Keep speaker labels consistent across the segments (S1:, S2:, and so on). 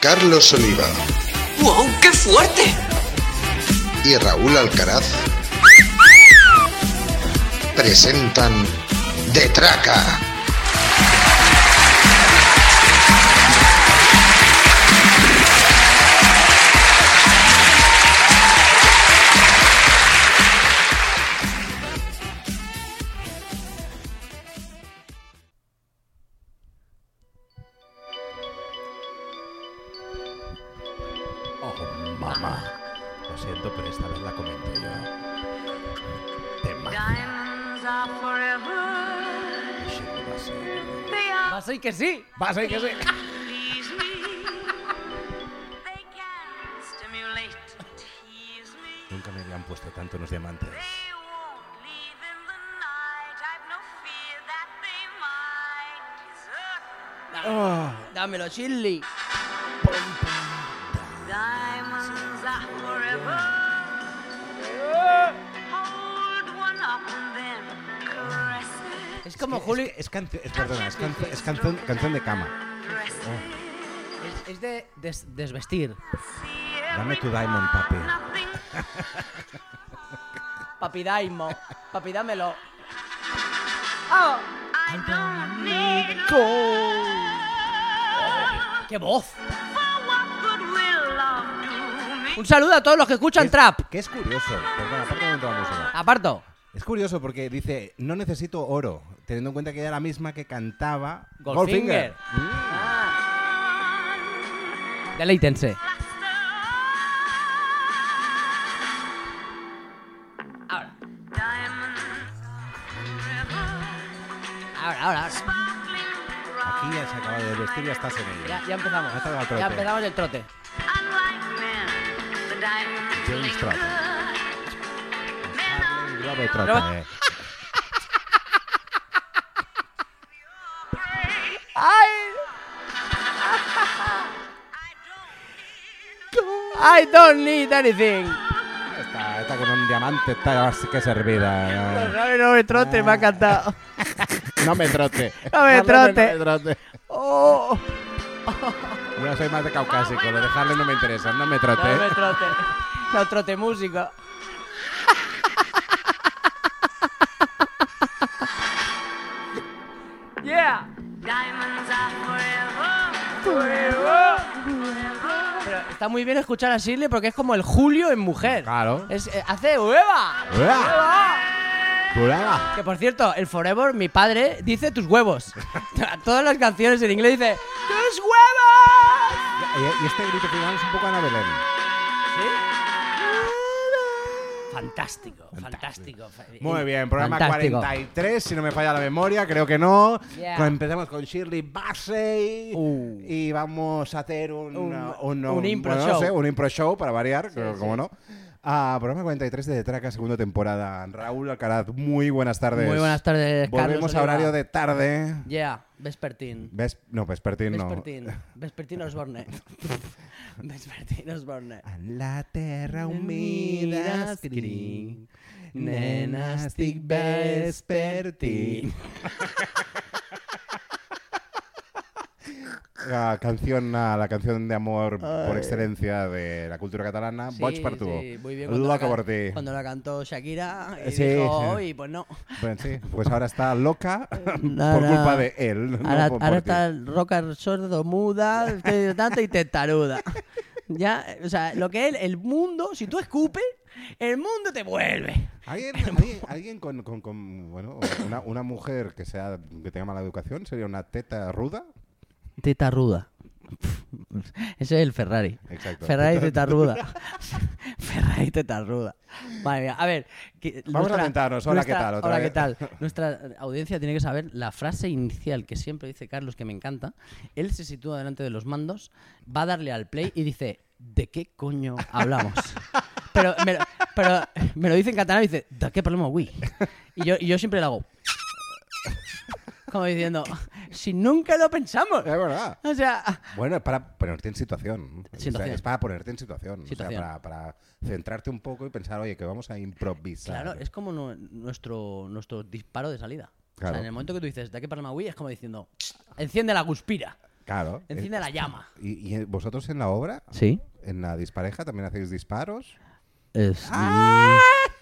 S1: Carlos Oliva
S2: ¡Wow! ¡Qué fuerte!
S1: y Raúl Alcaraz presentan Detraca.
S3: Oh, mamá. Lo siento, pero esta vez la comento yo. Tema.
S4: Diamonds are forever. They are.
S5: Vas a ir que sí.
S3: Vas a que sí.
S4: Please me. They can stimulate, tease me.
S3: Nunca me habían puesto tanto unos diamantes.
S4: They won't leave in the night. I've no fear that they might desert.
S5: Dámelo, Shirley.
S4: Diamonds are forever. Hold one up and then caress it.
S5: Es como
S3: Es-
S5: Julio.
S3: Es, canción. Es, perdona, es, canzo- es canción, canción de cama.
S4: Press it.
S5: Es, es de des- desvestir.
S4: See
S3: Dame
S4: every
S3: tu diamond, papi.
S4: nothing.
S5: Papi Daimo. Papi, dámelo.
S4: I don't need
S5: ¡Qué voz!
S4: For what good will love do me?
S5: Un saludo a todos los que escuchan
S3: Es-
S5: Trap.
S3: Que es curioso. Perdona, aparte de la música.
S5: Aparto.
S3: Es curioso porque dice, no necesito oro, teniendo en cuenta que era la misma que cantaba
S5: Goldfinger.
S3: Mm.
S5: Deleítense. Ahora, ahora, ahora. ahora.
S3: Aquí ya se acaba de vestir y ya estás en ello.
S5: Ya, ya empezamos.
S3: Ya está el trote.
S5: Ya empezamos el trote.
S3: James Trotter. Harlem Globe
S5: Pero-
S3: Trotter.
S5: ¡Ay! I don't need anything.
S3: Está, está con un diamante, está así que eh. servida.
S5: No me trote, me ha encantado.
S3: No me trote.
S5: No me trote.
S3: No me trote.
S5: Oh,
S3: Yo soy más de caucásico, lo de Harlem no me interesa, no me
S5: no
S3: trote.
S5: me trote. No trote músico. Yeah. Pero está muy bien escuchar a Shirley porque es como el Julio en mujer.
S3: Claro.
S5: Es, eh, hace hueva.
S3: ¡Ua! ¡Curada!
S5: Que por cierto, el Forever, mi padre, dice tus huevos. Todas las canciones en inglés dice ¡Tus huevos!
S3: Y, y este grito final es un poco Ana Belén.
S5: Fantástico, fantástico.
S3: Muy bien, programa
S5: Fantástico.
S3: 43, si no me falla la memoria, creo que no.
S5: Yeah.
S3: Con- Empezamos con Shirley Bassey
S5: Uh.
S3: y vamos a hacer un,
S5: Un-
S3: uh, un,
S5: un impro
S3: bueno, no
S5: show.
S3: sé, un impro show para variar, pero como no. Ah, programa 43 de Traca, segunda temporada. Raúl Alcaraz, muy buenas tardes.
S5: Muy buenas tardes,
S3: Volvemos
S5: Carlos
S3: a horario
S5: Oliva.
S3: de tarde.
S5: Yeah, Vespertín.
S3: Ves- No, Vespertín no.
S5: Vespertín. Vespertín Osborne. Vespertín Osborne.
S3: A la terra humida
S5: Miras
S3: escric,
S5: crin,
S3: nena,
S5: nena,
S3: estic
S5: estic
S3: vespertí.
S5: vespertí.
S3: La canción, ah, la canción de amor por excelencia de la cultura catalana,
S5: Sí,
S3: Boig per tu.
S5: sí, muy bien. cuando la
S3: Loca
S5: can-
S3: por ti.
S5: Cuando la cantó Shakira y
S3: Sí,
S5: dijo,
S3: sí.
S5: "Uy, pues no.
S3: Bueno, sí, pues ahora está loca por
S5: No, no.
S3: culpa de él. no
S5: Eh, Ahora,
S3: por- por
S5: ahora
S3: ti.
S5: está el rocker sordo, muda, estoy tanto y testaruda. Ya, o sea, lo que es el mundo, si tú escupes, el mundo te vuelve.
S3: ¿Alguien, alguien, alguien con, con- con, bueno, una, una mujer que sea que tenga mala educación sería una teta ruda?
S5: Testaruda. Ese es el Ferrari.
S3: Exacto.
S5: Ferrari tetaruda. Ferrari tetaruda. Madre mía. A ver. que-
S3: Vamos a tentarnos. Hola, ¿qué tal? Otra
S5: hola,
S3: vez.
S5: ¿qué tal? Nuestra audiencia tiene que saber la frase inicial que siempre dice Carlos, que me encanta. Él se sitúa delante de los mandos, va a darle al play y dice: ¿De qué coño hablamos? Pero me, lo- pero me lo dice en catalán y dice: ¿De qué problema, güey? Y yo, y yo siempre le hago. Como diciendo: Si nunca lo pensamos.
S3: Es verdad.
S5: O sea,
S3: Bueno, es para ponerte en situación. O sea,
S5: Situación.
S3: es para ponerte en situación. O sea,
S5: Situación.
S3: para, para centrarte un poco y pensar, oye, que vamos a improvisar.
S5: Claro, es como nu- nuestro, nuestro disparo de salida. O
S3: Claro.
S5: sea, en el momento que tú dices, ¿de qué palma Wii? Es como diciendo, "Tss, enciende la guspira.
S3: Claro.
S5: Enciende
S3: Eh,
S5: la llama.
S3: ¿Y, y vosotros en la obra?
S5: Sí.
S3: ¿En la dispareja también hacéis disparos?
S5: Es-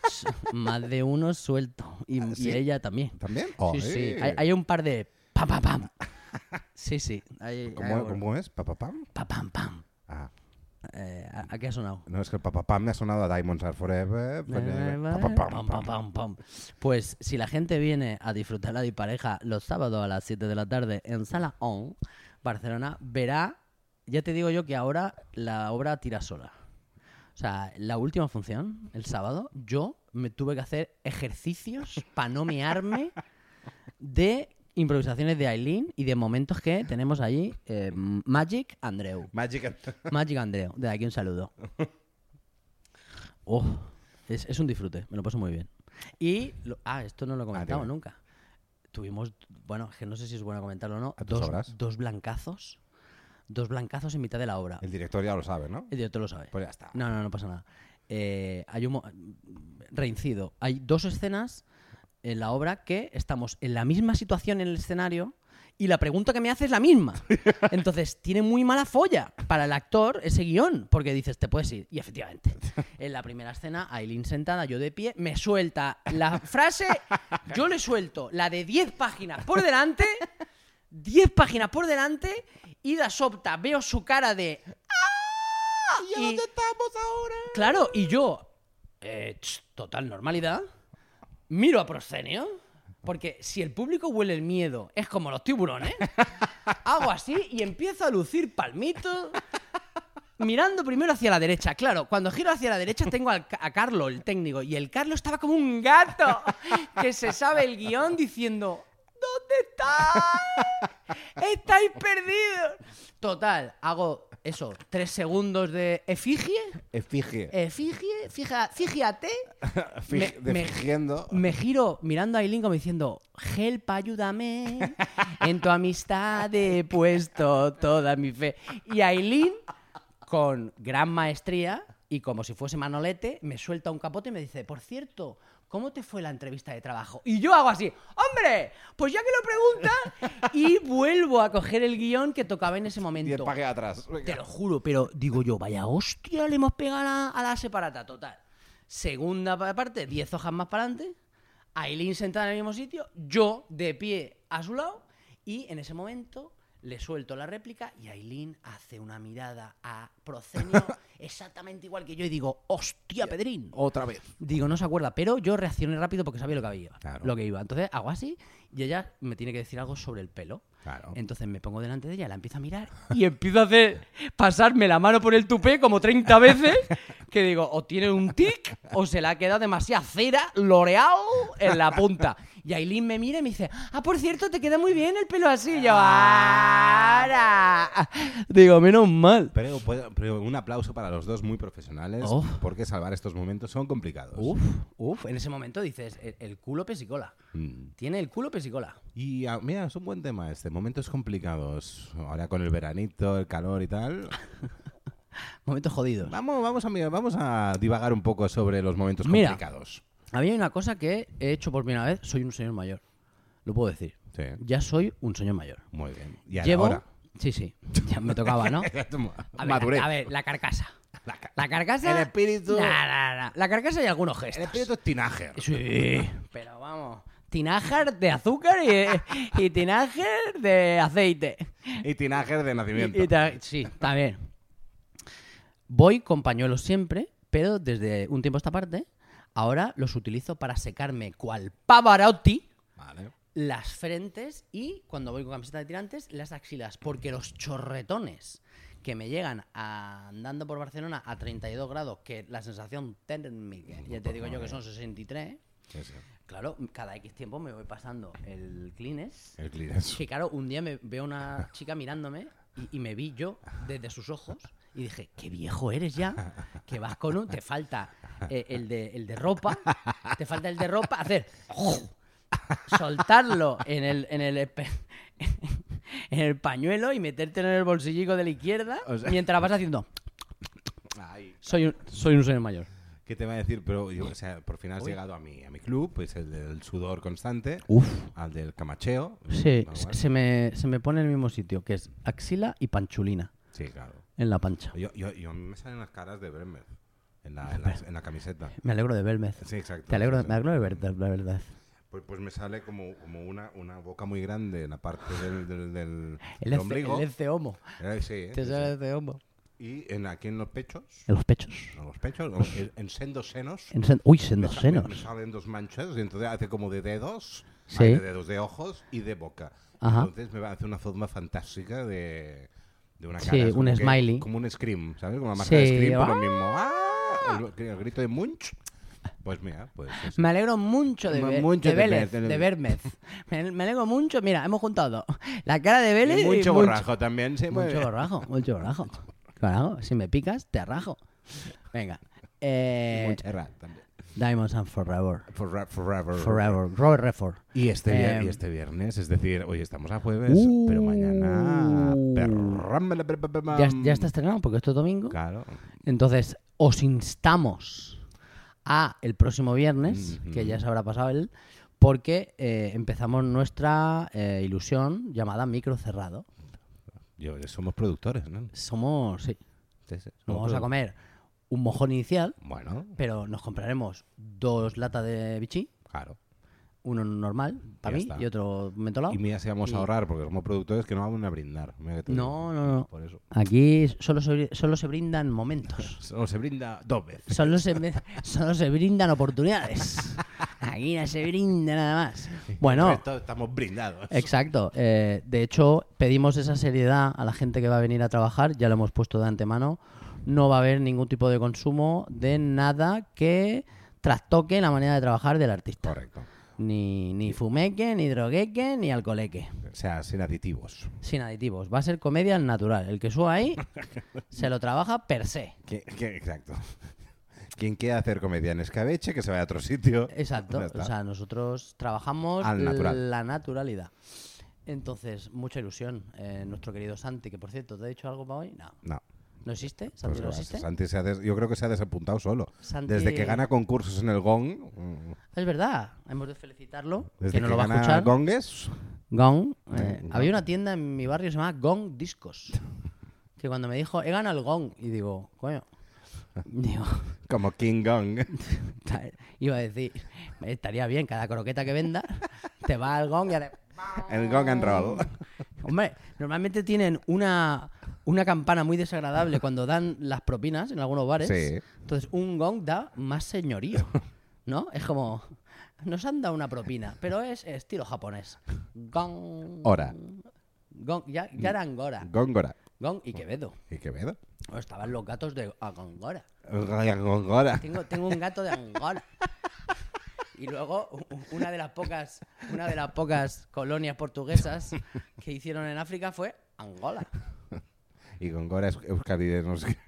S5: s- Más de uno suelto. Y, y
S3: ¿sí?
S5: ella también.
S3: ¿También?
S5: Sí, sí.
S3: ¡Ay!
S5: Hay, hay un par de pam, pam, pam. Sí, sí. Hay- hay-
S3: ¿Cómo, cómo es? ¿Papapam?
S5: Pa, pam, pam.
S3: Ah,
S5: Eh, ¿a, a qué ha sonado?
S3: no, es que el papapam me ha sonado a Diamonds Are Forever. pues forever.
S5: pues Pam,
S3: Papapam,
S5: pam,
S3: pam.
S5: pam, pam. Pues si la gente viene a disfrutar la dispareja los sábados a las 7 de la tarde en Sala On, Barcelona, verá, ya te digo yo que ahora la obra tira sola. O sea, la última función, el sábado, yo me tuve que hacer ejercicios para no mearme de improvisaciones de Aileen y de momentos que tenemos allí eh, Magic Andreu.
S3: Magic.
S5: Magic Andreo, de aquí un saludo. Oh, es, es un disfrute, me lo paso muy bien. Y, lo- ah, esto no lo he comentado
S3: dime.
S5: nunca. Tuvimos, bueno, es que no sé si es bueno comentarlo o no,
S3: ¿A tus
S5: dos,
S3: obras?
S5: dos blancazos, dos blancazos en mitad de la obra.
S3: El director ya lo sabe, ¿no?
S5: El director lo sabe.
S3: Pues ya está.
S5: Eh, No, no, no pasa nada. Eh, hay un mo- reincido. Hay dos escenas en la obra que estamos en la misma situación en el escenario y la pregunta que me hace es la misma. Entonces, tiene muy mala folla para el actor ese guión, porque dices, te puedes ir. Y efectivamente, en la primera escena, Aileen sentada, yo de pie, me suelta la frase, yo le suelto la de 10 páginas por delante, 10 páginas por delante, y la sopta, veo su cara de... ¡Ah! Y- Claro, y yo, eh, ch, total normalidad, miro a Proscenio, porque si el público huele el miedo, es como los tiburones, hago así y empiezo a lucir palmito, mirando primero hacia la derecha. Claro, cuando giro hacia la derecha tengo al Ca- a Carlo, el técnico, y el Carlo estaba como un gato que se sabe el guión diciendo... ¿Dónde estáis? ¡Estáis perdidos! Total, hago eso, tres segundos de efigie
S3: Efigie.
S5: eh, figie- fija- fíjate,
S3: Fig-
S5: me- me-
S3: Defigiendo.
S5: me giro mirando a Aileen como diciendo, help, ayúdame, en tu amistad he puesto toda mi fe. Y Aileen, con gran maestría y como si fuese Manolete, me suelta un capote y me dice, por cierto, ¿cómo te fue la entrevista de trabajo? Y yo hago así, hombre, pues ya que lo preguntas, y vuelvo a coger el guión que tocaba en ese
S3: Y el
S5: momento.
S3: pague atrás.
S5: Te lo juro, pero digo yo, vaya hostia, le hemos pegado a la, a la separata, total. Segunda pa- parte, 10 hojas más para adelante, Aileen sentada en el mismo sitio, yo de pie a su lado, y en ese momento le suelto la réplica y Aileen hace una mirada a Procenio exactamente igual que yo y digo, hostia, Pedrín.
S3: Otra vez.
S5: Digo, no se acuerda, pero yo reaccioné rápido porque sabía lo que iba.
S3: Claro.
S5: Lo que iba. Entonces hago así y ella me tiene que decir algo sobre el pelo.
S3: Claro.
S5: Entonces me pongo delante de ella, la empiezo a mirar y empiezo a hacer pasarme la mano por el tupé como 30 veces que digo, o tiene un tic o se le ha quedado demasiada cera, loreado en la punta. Y Aileen me mira y me dice, ah, por cierto, te queda muy bien el pelo así. Y yo, "Ara". Digo, menos mal.
S3: Pero, puedo- pero un aplauso para los dos muy profesionales,
S5: Oh.
S3: porque salvar estos momentos son complicados.
S5: Uf, uf, en ese momento dices, el, el culo pesicola.
S3: Mm.
S5: Tiene el culo pesicola.
S3: Y ah, mira, es un buen tema este. Momentos complicados. Ahora con el veranito, el calor y tal.
S5: Momentos jodidos.
S3: Vamos, vamos, a, mirar- vamos a divagar un poco sobre los momentos
S5: Mira.
S3: complicados.
S5: A mí hay una cosa que he hecho por primera vez. Soy un señor mayor. Lo puedo decir.
S3: Sí,
S5: Ya soy un señor mayor.
S3: muy bien. Y a la
S5: Llevo.
S3: hora.
S5: Sí, sí. Ya me tocaba, ¿no? A ver,
S3: Madurez.
S5: la- A ver, la carcasa.
S3: La ca-
S5: La carcasa.
S3: El espíritu-
S5: Nah, nah, nah. La carcasa y algunos
S3: El
S5: gestos.
S3: espíritu es tinajer.
S5: Sí. Pero vamos. Tinajar de azúcar y, y tinajar de aceite.
S3: Y tinajer de nacimiento.
S5: Y- y ta- sí, también. Voy con pañuelos siempre, pero desde un tiempo a esta parte, ahora los utilizo para secarme cual Pavarotti
S3: Vale.
S5: las frentes y cuando voy con camiseta de tirantes, las axilas, porque los chorretones que me llegan a- andando por Barcelona a 32 grados, que la sensación térmica, ya te digo yo que son 63,
S3: Sí, sí.
S5: claro, cada X tiempo me voy pasando el clines
S3: El clines.
S5: que claro, un día me veo una chica mirándome y, y me vi yo desde sus ojos y dije, qué viejo eres ya, que vas con un... Te falta eh, el, de, el de ropa, te falta el de ropa, hacer... Soltarlo en el, en el, espe- en el pañuelo y metértelo en el bolsillico de la izquierda
S3: O sea-
S5: mientras vas haciendo...
S3: Ay,
S5: Soy un, soy un señor mayor.
S3: ¿Qué te va a decir? Pero yo, o sea, por fin has llegado a mi, a mi club, pues el del sudor constante,
S5: Uf.
S3: al del camacheo.
S5: Sí,
S3: Vamos
S5: se
S3: a ver.
S5: se me, se me pone en el mismo sitio, que es axila y panchulina
S3: Sí, claro.
S5: en la pancha.
S3: Yo, yo, yo me salen las caras de Bremer en la, en la, en la camiseta.
S5: Me alegro de Belmez.
S3: Sí, exacto.
S5: Te alegro,
S3: Sí, sí.
S5: me alegro de verte, la verdad.
S3: Pues, pues me sale como, como una, una boca muy grande en la parte del, del, del-
S5: El
S3: del
S5: ece-
S3: ombligo.
S5: el ece homo.
S3: Eh, sí, eh,
S5: Te
S3: sí,
S5: sale el
S3: sí.
S5: ece homo.
S3: Y en, aquí en los pechos.
S5: En los pechos.
S3: En los pechos, o en, en sendos senos.
S5: En sen- Uy,
S3: me
S5: sendos
S3: sa- me- Me
S5: senos.
S3: salen dos manchas, y entonces hace como de dedos,
S5: Sí.
S3: hay de dedos de ojos y de boca.
S5: Ajá.
S3: Entonces me va a hacer una forma fantástica de, de una
S5: Sí,
S3: cara. es
S5: un
S3: como que-
S5: smiley.
S3: como un scream, ¿sabes? Como la marca
S5: Sí,
S3: de scream, por
S5: ¡ah!
S3: lo mismo. ¡ah! El, el grito de Munch. Pues mira, pues es-
S5: Me alegro mucho de,
S3: Mu-
S5: ver-
S3: mucho
S5: de
S3: de
S5: Vélez,
S3: ver-
S5: de,
S3: de-
S5: Bermez. me, me alegro mucho. Mira, hemos juntado la cara de
S3: y
S5: Vélez y
S3: mucho
S5: Munch.
S3: borrajo también. Sí, pues, muy
S5: Mucho
S3: bien.
S5: borrajo, mucho borrajo. Carajo, si me picas, te rajo. Venga. Eh,
S3: Montserrat también.
S5: Diamonds and Forever.
S3: Forra- Forever.
S5: Forever. Robert Redford.
S3: Y este, vier-
S5: Em.
S3: y este viernes, es decir, hoy estamos a jueves,
S5: Uh.
S3: pero mañana. perrámela, per- per- per-
S5: Ya, ya está estrenado porque esto es domingo.
S3: Claro.
S5: Entonces, os instamos a el próximo viernes, que ya se habrá pasado el, porque eh, empezamos nuestra eh, ilusión llamada micro cerrado.
S3: Yo, somos productores, ¿no?
S5: Somos, sí,
S3: Sí, sí,
S5: nos vamos a
S3: produ-
S5: comer un mojón inicial,
S3: Bueno,
S5: pero nos compraremos dos latas de bichí,
S3: claro.
S5: uno normal para
S3: Ya
S5: mí
S3: está.
S5: y otro mentolado.
S3: Y mira si vamos
S5: Y-
S3: a ahorrar, porque somos productores que no vamos ni a brindar. Mira que te
S5: No,
S3: digo.
S5: no, no.
S3: Por eso.
S5: Aquí solo se, solo se brindan momentos.
S3: Solo se brinda dos veces.
S5: Solo se, me- solo se brindan oportunidades. Aquí no se brinda nada más.
S3: El
S5: Bueno,
S3: resto estamos brindados.
S5: exacto. Eh, de hecho, pedimos esa seriedad a la gente que va a venir a trabajar. Ya lo hemos puesto de antemano. No va a haber ningún tipo de consumo de nada que trastoque la manera de trabajar del artista.
S3: Correcto.
S5: Ni, ni fumeque, ni drogueque, ni alcoleque.
S3: O sea, sin aditivos.
S5: Sin aditivos. Va a ser comedia al natural. El que suba ahí se lo trabaja per se.
S3: ¿Qué- qué- exacto. Quien quiera hacer comedia en escabeche, que se vaya a otro sitio.
S5: Exacto.
S3: Ya está.
S5: O sea, nosotros trabajamos
S3: Al natural.
S5: la naturalidad. Entonces, mucha ilusión. Eh, nuestro querido Santi, que por cierto, ¿te ha dicho algo para hoy? No.
S3: no.
S5: ¿No existe?
S3: Pues
S5: ¿Santi no
S3: vas,
S5: existe?
S3: Santi se ha des- yo creo que se ha desapuntado solo.
S5: Santi-
S3: Desde que gana concursos en el Gong, mm,
S5: Es verdad. Hemos de felicitarlo.
S3: desde
S5: que no lo va a
S3: gana
S5: escuchar. Gong.
S3: Gongues,
S5: eh,
S3: Gong.
S5: Había una tienda en mi barrio que se llamaba Gong Discos. Que cuando me dijo, he ganado el Gong. Y digo, coño. Digo,
S3: como King Gong.
S5: Ta- Iba a decir, estaría bien, cada croqueta que venda, te va al gong y hace-
S3: El Gong and Roll.
S5: Hombre, normalmente tienen una, una campana muy desagradable cuando dan las propinas en algunos bares.
S3: Sí.
S5: Entonces, un gong da más señorío, ¿no? Es como, nos han dado una propina, pero es estilo japonés. Gong.
S3: Hora.
S5: Gong, ya, ya era Angora.
S3: Góngora.
S5: Gong y Quevedo.
S3: ¿Y Quevedo?
S5: O estaban los gatos de Angora.
S3: Góngora.
S5: Tengo, tengo un gato de Angola. Y luego u- u- una de las pocas, una de las pocas colonias portuguesas que hicieron en África fue Angola.
S3: Y Góngora es euskadi, no sé, qué-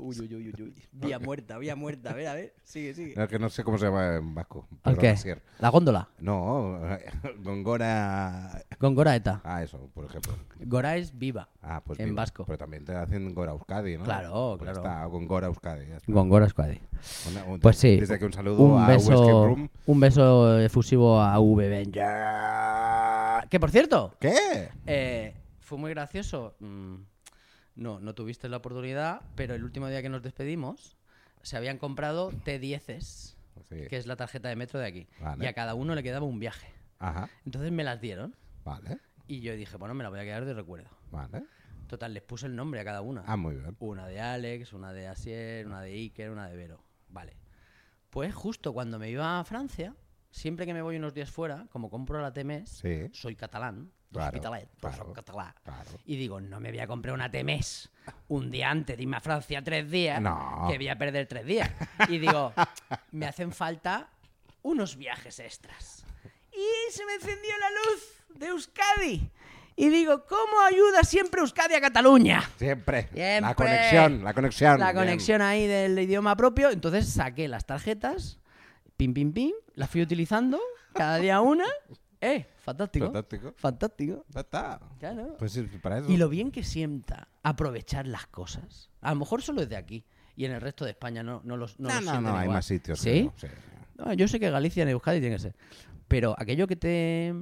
S5: Uy, uy, uy, uy, uy. Vía muerta, vía muerta. A ver, a ver. Sigue, sigue.
S3: no, que no sé cómo se llama en vasco.
S5: ¿El
S3: Perdona,
S5: qué?
S3: Asier.
S5: La góndola.
S3: No, Góngora...
S5: Con Goraeta.
S3: Ah, eso, por ejemplo.
S5: Gora es viva.
S3: Ah, pues
S5: En
S3: viva.
S5: vasco.
S3: Pero también te hacen Gora Euskadi, ¿no?
S5: Claro,
S3: Pues ya
S5: claro.
S3: está, Góngora Euskadi. ya está.
S5: Gongora Squadi.
S3: Una- un-
S5: Pues sí.
S3: Desde que un saludo
S5: un
S3: a Escape
S5: beso,
S3: Room.
S5: un beso efusivo a VBenger. Que por cierto,
S3: ¿Qué?
S5: Eh, fue muy gracioso. Mm, No, no tuviste la oportunidad, pero el último día que nos despedimos se habían comprado T10s,
S3: Sí.
S5: que es la tarjeta de metro de aquí.
S3: Vale.
S5: Y a cada uno le quedaba un viaje.
S3: Ajá,
S5: Entonces me las dieron
S3: vale,
S5: y yo dije, bueno, me la voy a quedar de recuerdo.
S3: vale.
S5: Total, les puse el nombre a cada una.
S3: Ah, muy bien.
S5: Una de Alex, una de Asier, una de Iker, una de Vero. Vale. Pues justo cuando me iba a Francia, siempre que me voy unos días fuera, como compro la TMS,
S3: Sí.
S5: soy catalán,
S3: Claro,
S5: hospitalet, pues
S3: claro,
S5: soy catalán.
S3: claro.
S5: Y digo, no me voy a comprar una TMS un día antes de irme a Francia tres días,
S3: No.
S5: que voy a perder tres días. Y digo, me hacen falta unos viajes extras. Y se me encendió la luz de Euskadi. Y digo, ¿cómo ayuda siempre Euskadi a Cataluña?
S3: Siempre.
S5: Siempre.
S3: La conexión, la conexión.
S5: La
S3: bien.
S5: conexión ahí del idioma propio. Entonces saqué las tarjetas, pim, pim, pim, las fui utilizando, cada día una. ¡Eh! Fantástico.
S3: Fantástico.
S5: Fantástico.
S3: Ya está.
S5: Claro.
S3: Pues sí, para eso.
S5: Y lo bien que sienta aprovechar las cosas. A lo mejor solo es de aquí. y en el resto de España no, no los no
S3: No,
S5: los
S3: no, no,
S5: sienten
S3: hay
S5: igual.
S3: más sitios. que
S5: ¿Sí?
S3: no, sí.
S5: No, yo sé que Galicia en Euskadi tiene que ser. Pero aquello que te,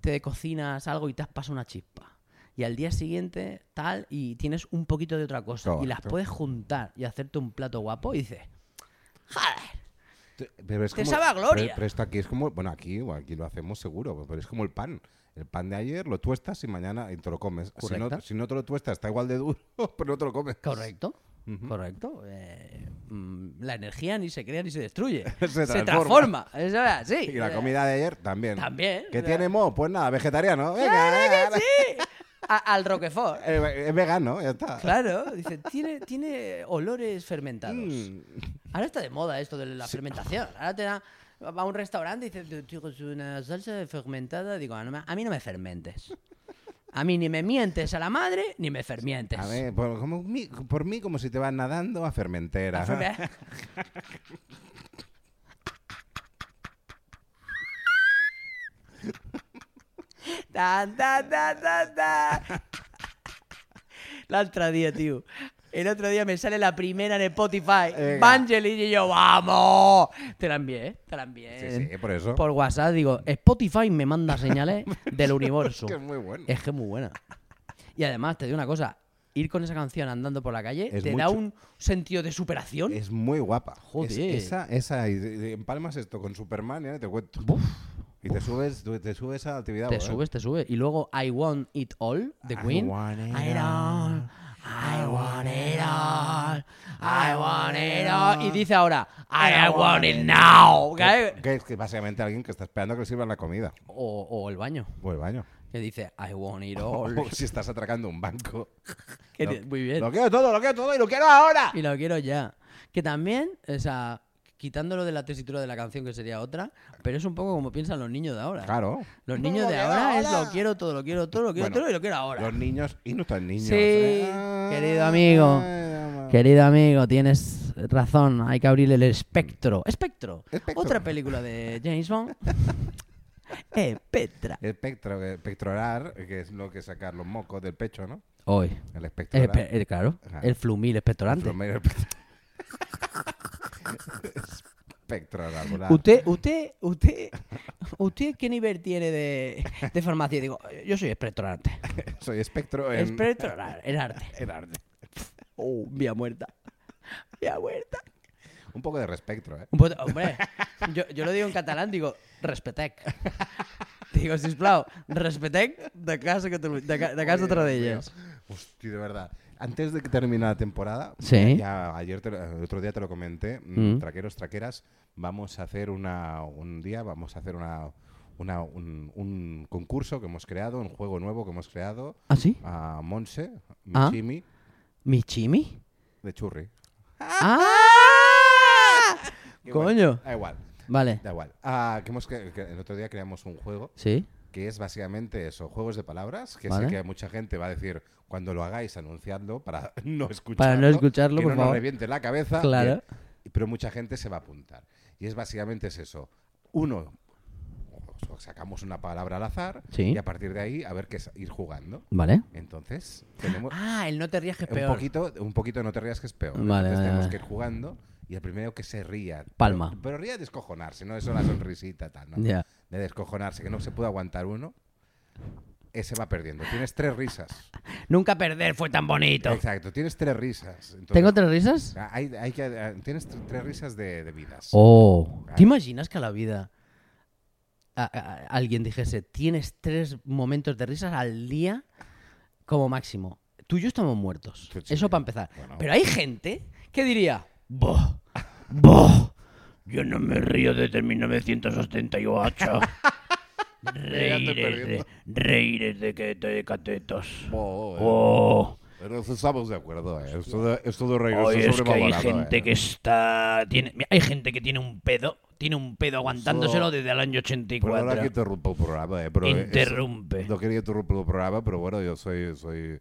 S5: te cocinas algo y te has pasado una chispa. Y al día siguiente, tal, y tienes un poquito de otra cosa. Y las
S3: Correcto.
S5: puedes juntar y hacerte un plato guapo y dices, joder,
S3: Te- Pero es
S5: Te
S3: como,
S5: sabe a gloria.
S3: Pero, pero esto aquí es como, bueno, aquí, o aquí lo hacemos seguro, pero es como el pan. El pan de ayer lo tuestas y mañana y te lo comes. Si no,
S5: Correcto.
S3: si no te lo tuestas, está igual de duro, pero no te lo comes.
S5: correcto, correcto. eh, mm, la energía ni se crea ni se destruye.
S3: Se
S5: se
S3: transforma.
S5: transforma. Eso es así.
S3: Y la
S5: Eh,
S3: comida de ayer también.
S5: También,
S3: ¿Qué
S5: o sea.
S3: tiene mo? Pues nada, vegetariano. Venga,
S5: ¡Claro
S3: venga.
S5: que sí! A- al Roquefort.
S3: Eh, Es vegano, ya está.
S5: Claro, dice, tiene, tiene olores fermentados.
S3: Mm.
S5: Ahora está de moda esto de la fermentación. Ahora te da, va a un restaurante y dice, tío, es una salsa fermentada. Digo, "Ah, no me- a mí no me fermentes. A mí ni me mientes a la madre, ni me fermientes.
S3: A ver, por, como mi- por mí como si te vas nadando a fermentera.
S5: A ferme- Tan, tan, tan, tan, tan. La otra día, tío. El otro día me sale la primera en Spotify.
S3: Venga.
S5: Vangelis y yo, ¡vamos! Te la envié, ¿eh? te la envié.
S3: Sí, sí, por eso.
S5: Por WhatsApp digo, Spotify me manda señales del universo.
S3: Que es muy bueno.
S5: Es que es muy buena. Y además, te digo una cosa, ir con esa canción andando por la calle
S3: Es
S5: te
S3: muy
S5: da
S3: chu-
S5: un sentido de superación.
S3: Es muy guapa.
S5: Joder.
S3: Es- esa, esa, y- y- y empalmas esto con Superman, ya te cuento. y te subes, tú- te subes a la actividad.
S5: Te
S3: eh. ¿verdad?
S5: subes, te subes. Y luego I Want It All, The
S3: I
S5: Queen.
S3: want it
S5: I don't- I want it all. I want it all. Y dice ahora, I, want it now. ¿Qué?
S3: Que, que es que básicamente alguien que está esperando que le sirvan la comida.
S5: O, o el baño,
S3: O el baño.
S5: que dice, I want it
S3: O
S5: all.
S3: si estás atracando un banco.
S5: Que
S3: Lo-
S5: di- muy bien.
S3: Lo quiero todo, lo quiero todo y lo quiero ahora.
S5: Y lo quiero ya. Que también, o sea, quitándolo de la tesitura de la canción, que sería otra, pero es un poco como piensan los niños de ahora.
S3: Claro.
S5: Los niños de ahora es lo quiero todo, lo quiero todo, lo quiero
S3: Bueno,
S5: todo y lo quiero ahora.
S3: Los niños y nuestros niños.
S5: Sí,
S3: ¿eh?
S5: querido amigo.
S3: Ay,
S5: Querido amigo, tienes razón. Hay que abrir el espectro. Espectro.
S3: Espectro.
S5: Otra película de James Bond. eh, Petra.
S3: Espectro, espectrorar, que es lo que sacar los mocos del pecho, ¿no?
S5: Hoy.
S3: El
S5: El,
S3: espectrorar.
S5: Eh, pe- el- claro.
S3: Ajá.
S5: El flumil espectorante.
S3: Plomero espect- espectrorar. volá.
S5: Usted, usted, usted, usted, ¿qué nivel tiene de, de farmacia? Digo, yo soy espectorante.
S3: Soy espectro en...
S5: Espectorar, el arte.
S3: en Em, arte.
S5: Oh, vía muerta. Vía muerta.
S3: Un poco de respectro, ¿eh?
S5: Un poco- hombre, yo, yo lo digo en catalán, digo, respetec. Digo, sisplau, respetec de casa, que te- de, ca- de casa
S3: Oye,
S5: otra de
S3: Dios
S5: ellas.
S3: mío. Hostia, de verdad. Antes de que termine la temporada,
S5: Sí.
S3: ya ayer te lo- el otro día te lo comenté,
S5: Mm.
S3: mm, traqueros, traqueras, vamos a hacer una, un día, vamos a hacer una, una- un, un concurso que hemos creado, un juego nuevo que hemos creado
S5: ¿Ah, sí?
S3: a Monse, mi
S5: Ah.
S3: Jimmy,
S5: ¿Mi chimi?
S3: de Churri.
S5: ¡Ah!
S3: Y bueno,
S5: Coño.
S3: Da igual,
S5: Vale.
S3: da igual. Ah, que hemos cre- que el otro día creamos un juego
S5: ¿Sí?
S3: que es básicamente eso, juegos de palabras, que
S5: Vale.
S3: sé que mucha gente va a decir, cuando lo hagáis, anunciadlo para no escucharlo.
S5: Para no escucharlo,
S3: que
S5: por
S3: no
S5: favor.
S3: nos reviente la cabeza.
S5: Claro.
S3: que- pero mucha gente se va a apuntar. Y es básicamente es eso. Uno, o- sacamos una palabra al azar
S5: Sí.
S3: y a partir de ahí a ver qué es ir jugando.
S5: Vale.
S3: Entonces, tenemos
S5: Ah, el no te rías que es
S3: un
S5: peor.
S3: poquito, un poquito no te rías que es peor.
S5: Vale,
S3: Entonces
S5: vale,
S3: tenemos
S5: vale.
S3: que ir jugando y el primero que se ría.
S5: Palma.
S3: Pero, pero ría de descojonarse, no eso la sonrisita tal, ¿no?
S5: Ya.
S3: de descojonarse, que no se pudo aguantar uno, ese va perdiendo. Tienes tres risas.
S5: Nunca perder fue tan bonito.
S3: Exacto, tienes tres risas. Entonces, ah,
S5: ¿Tengo tres risas?
S3: Hay, hay que, tienes tr- tres risas de, de vidas.
S5: Oh. ¿Te imaginas que a la vida a- a- a- alguien dijese, tienes tres momentos de risas al día como máximo? Tú y yo estamos muertos.
S3: Sí, sí.
S5: Eso para empezar.
S3: Bueno.
S5: Pero hay gente que diría, boh, boh, yo no me río desde 1978.
S3: Mirando y
S5: Reír de,
S3: perdiendo.
S5: reíres de que te catetos.
S3: Oh, eh.
S5: Oh,
S3: Pero eso estamos de acuerdo, eh. Esto de, esto de regreso
S5: hoy es que hay
S3: sobrevalorado,
S5: gente
S3: eh.
S5: que está. Tiene, mira, hay gente que tiene un pedo, tiene un pedo aguantándoselo desde el año
S3: Pero ahora
S5: 84.
S3: que interrumpo el programa, eh. Pero es-
S5: Interrumpe.
S3: no quería interrumpir el programa, pero bueno, yo soy, soy,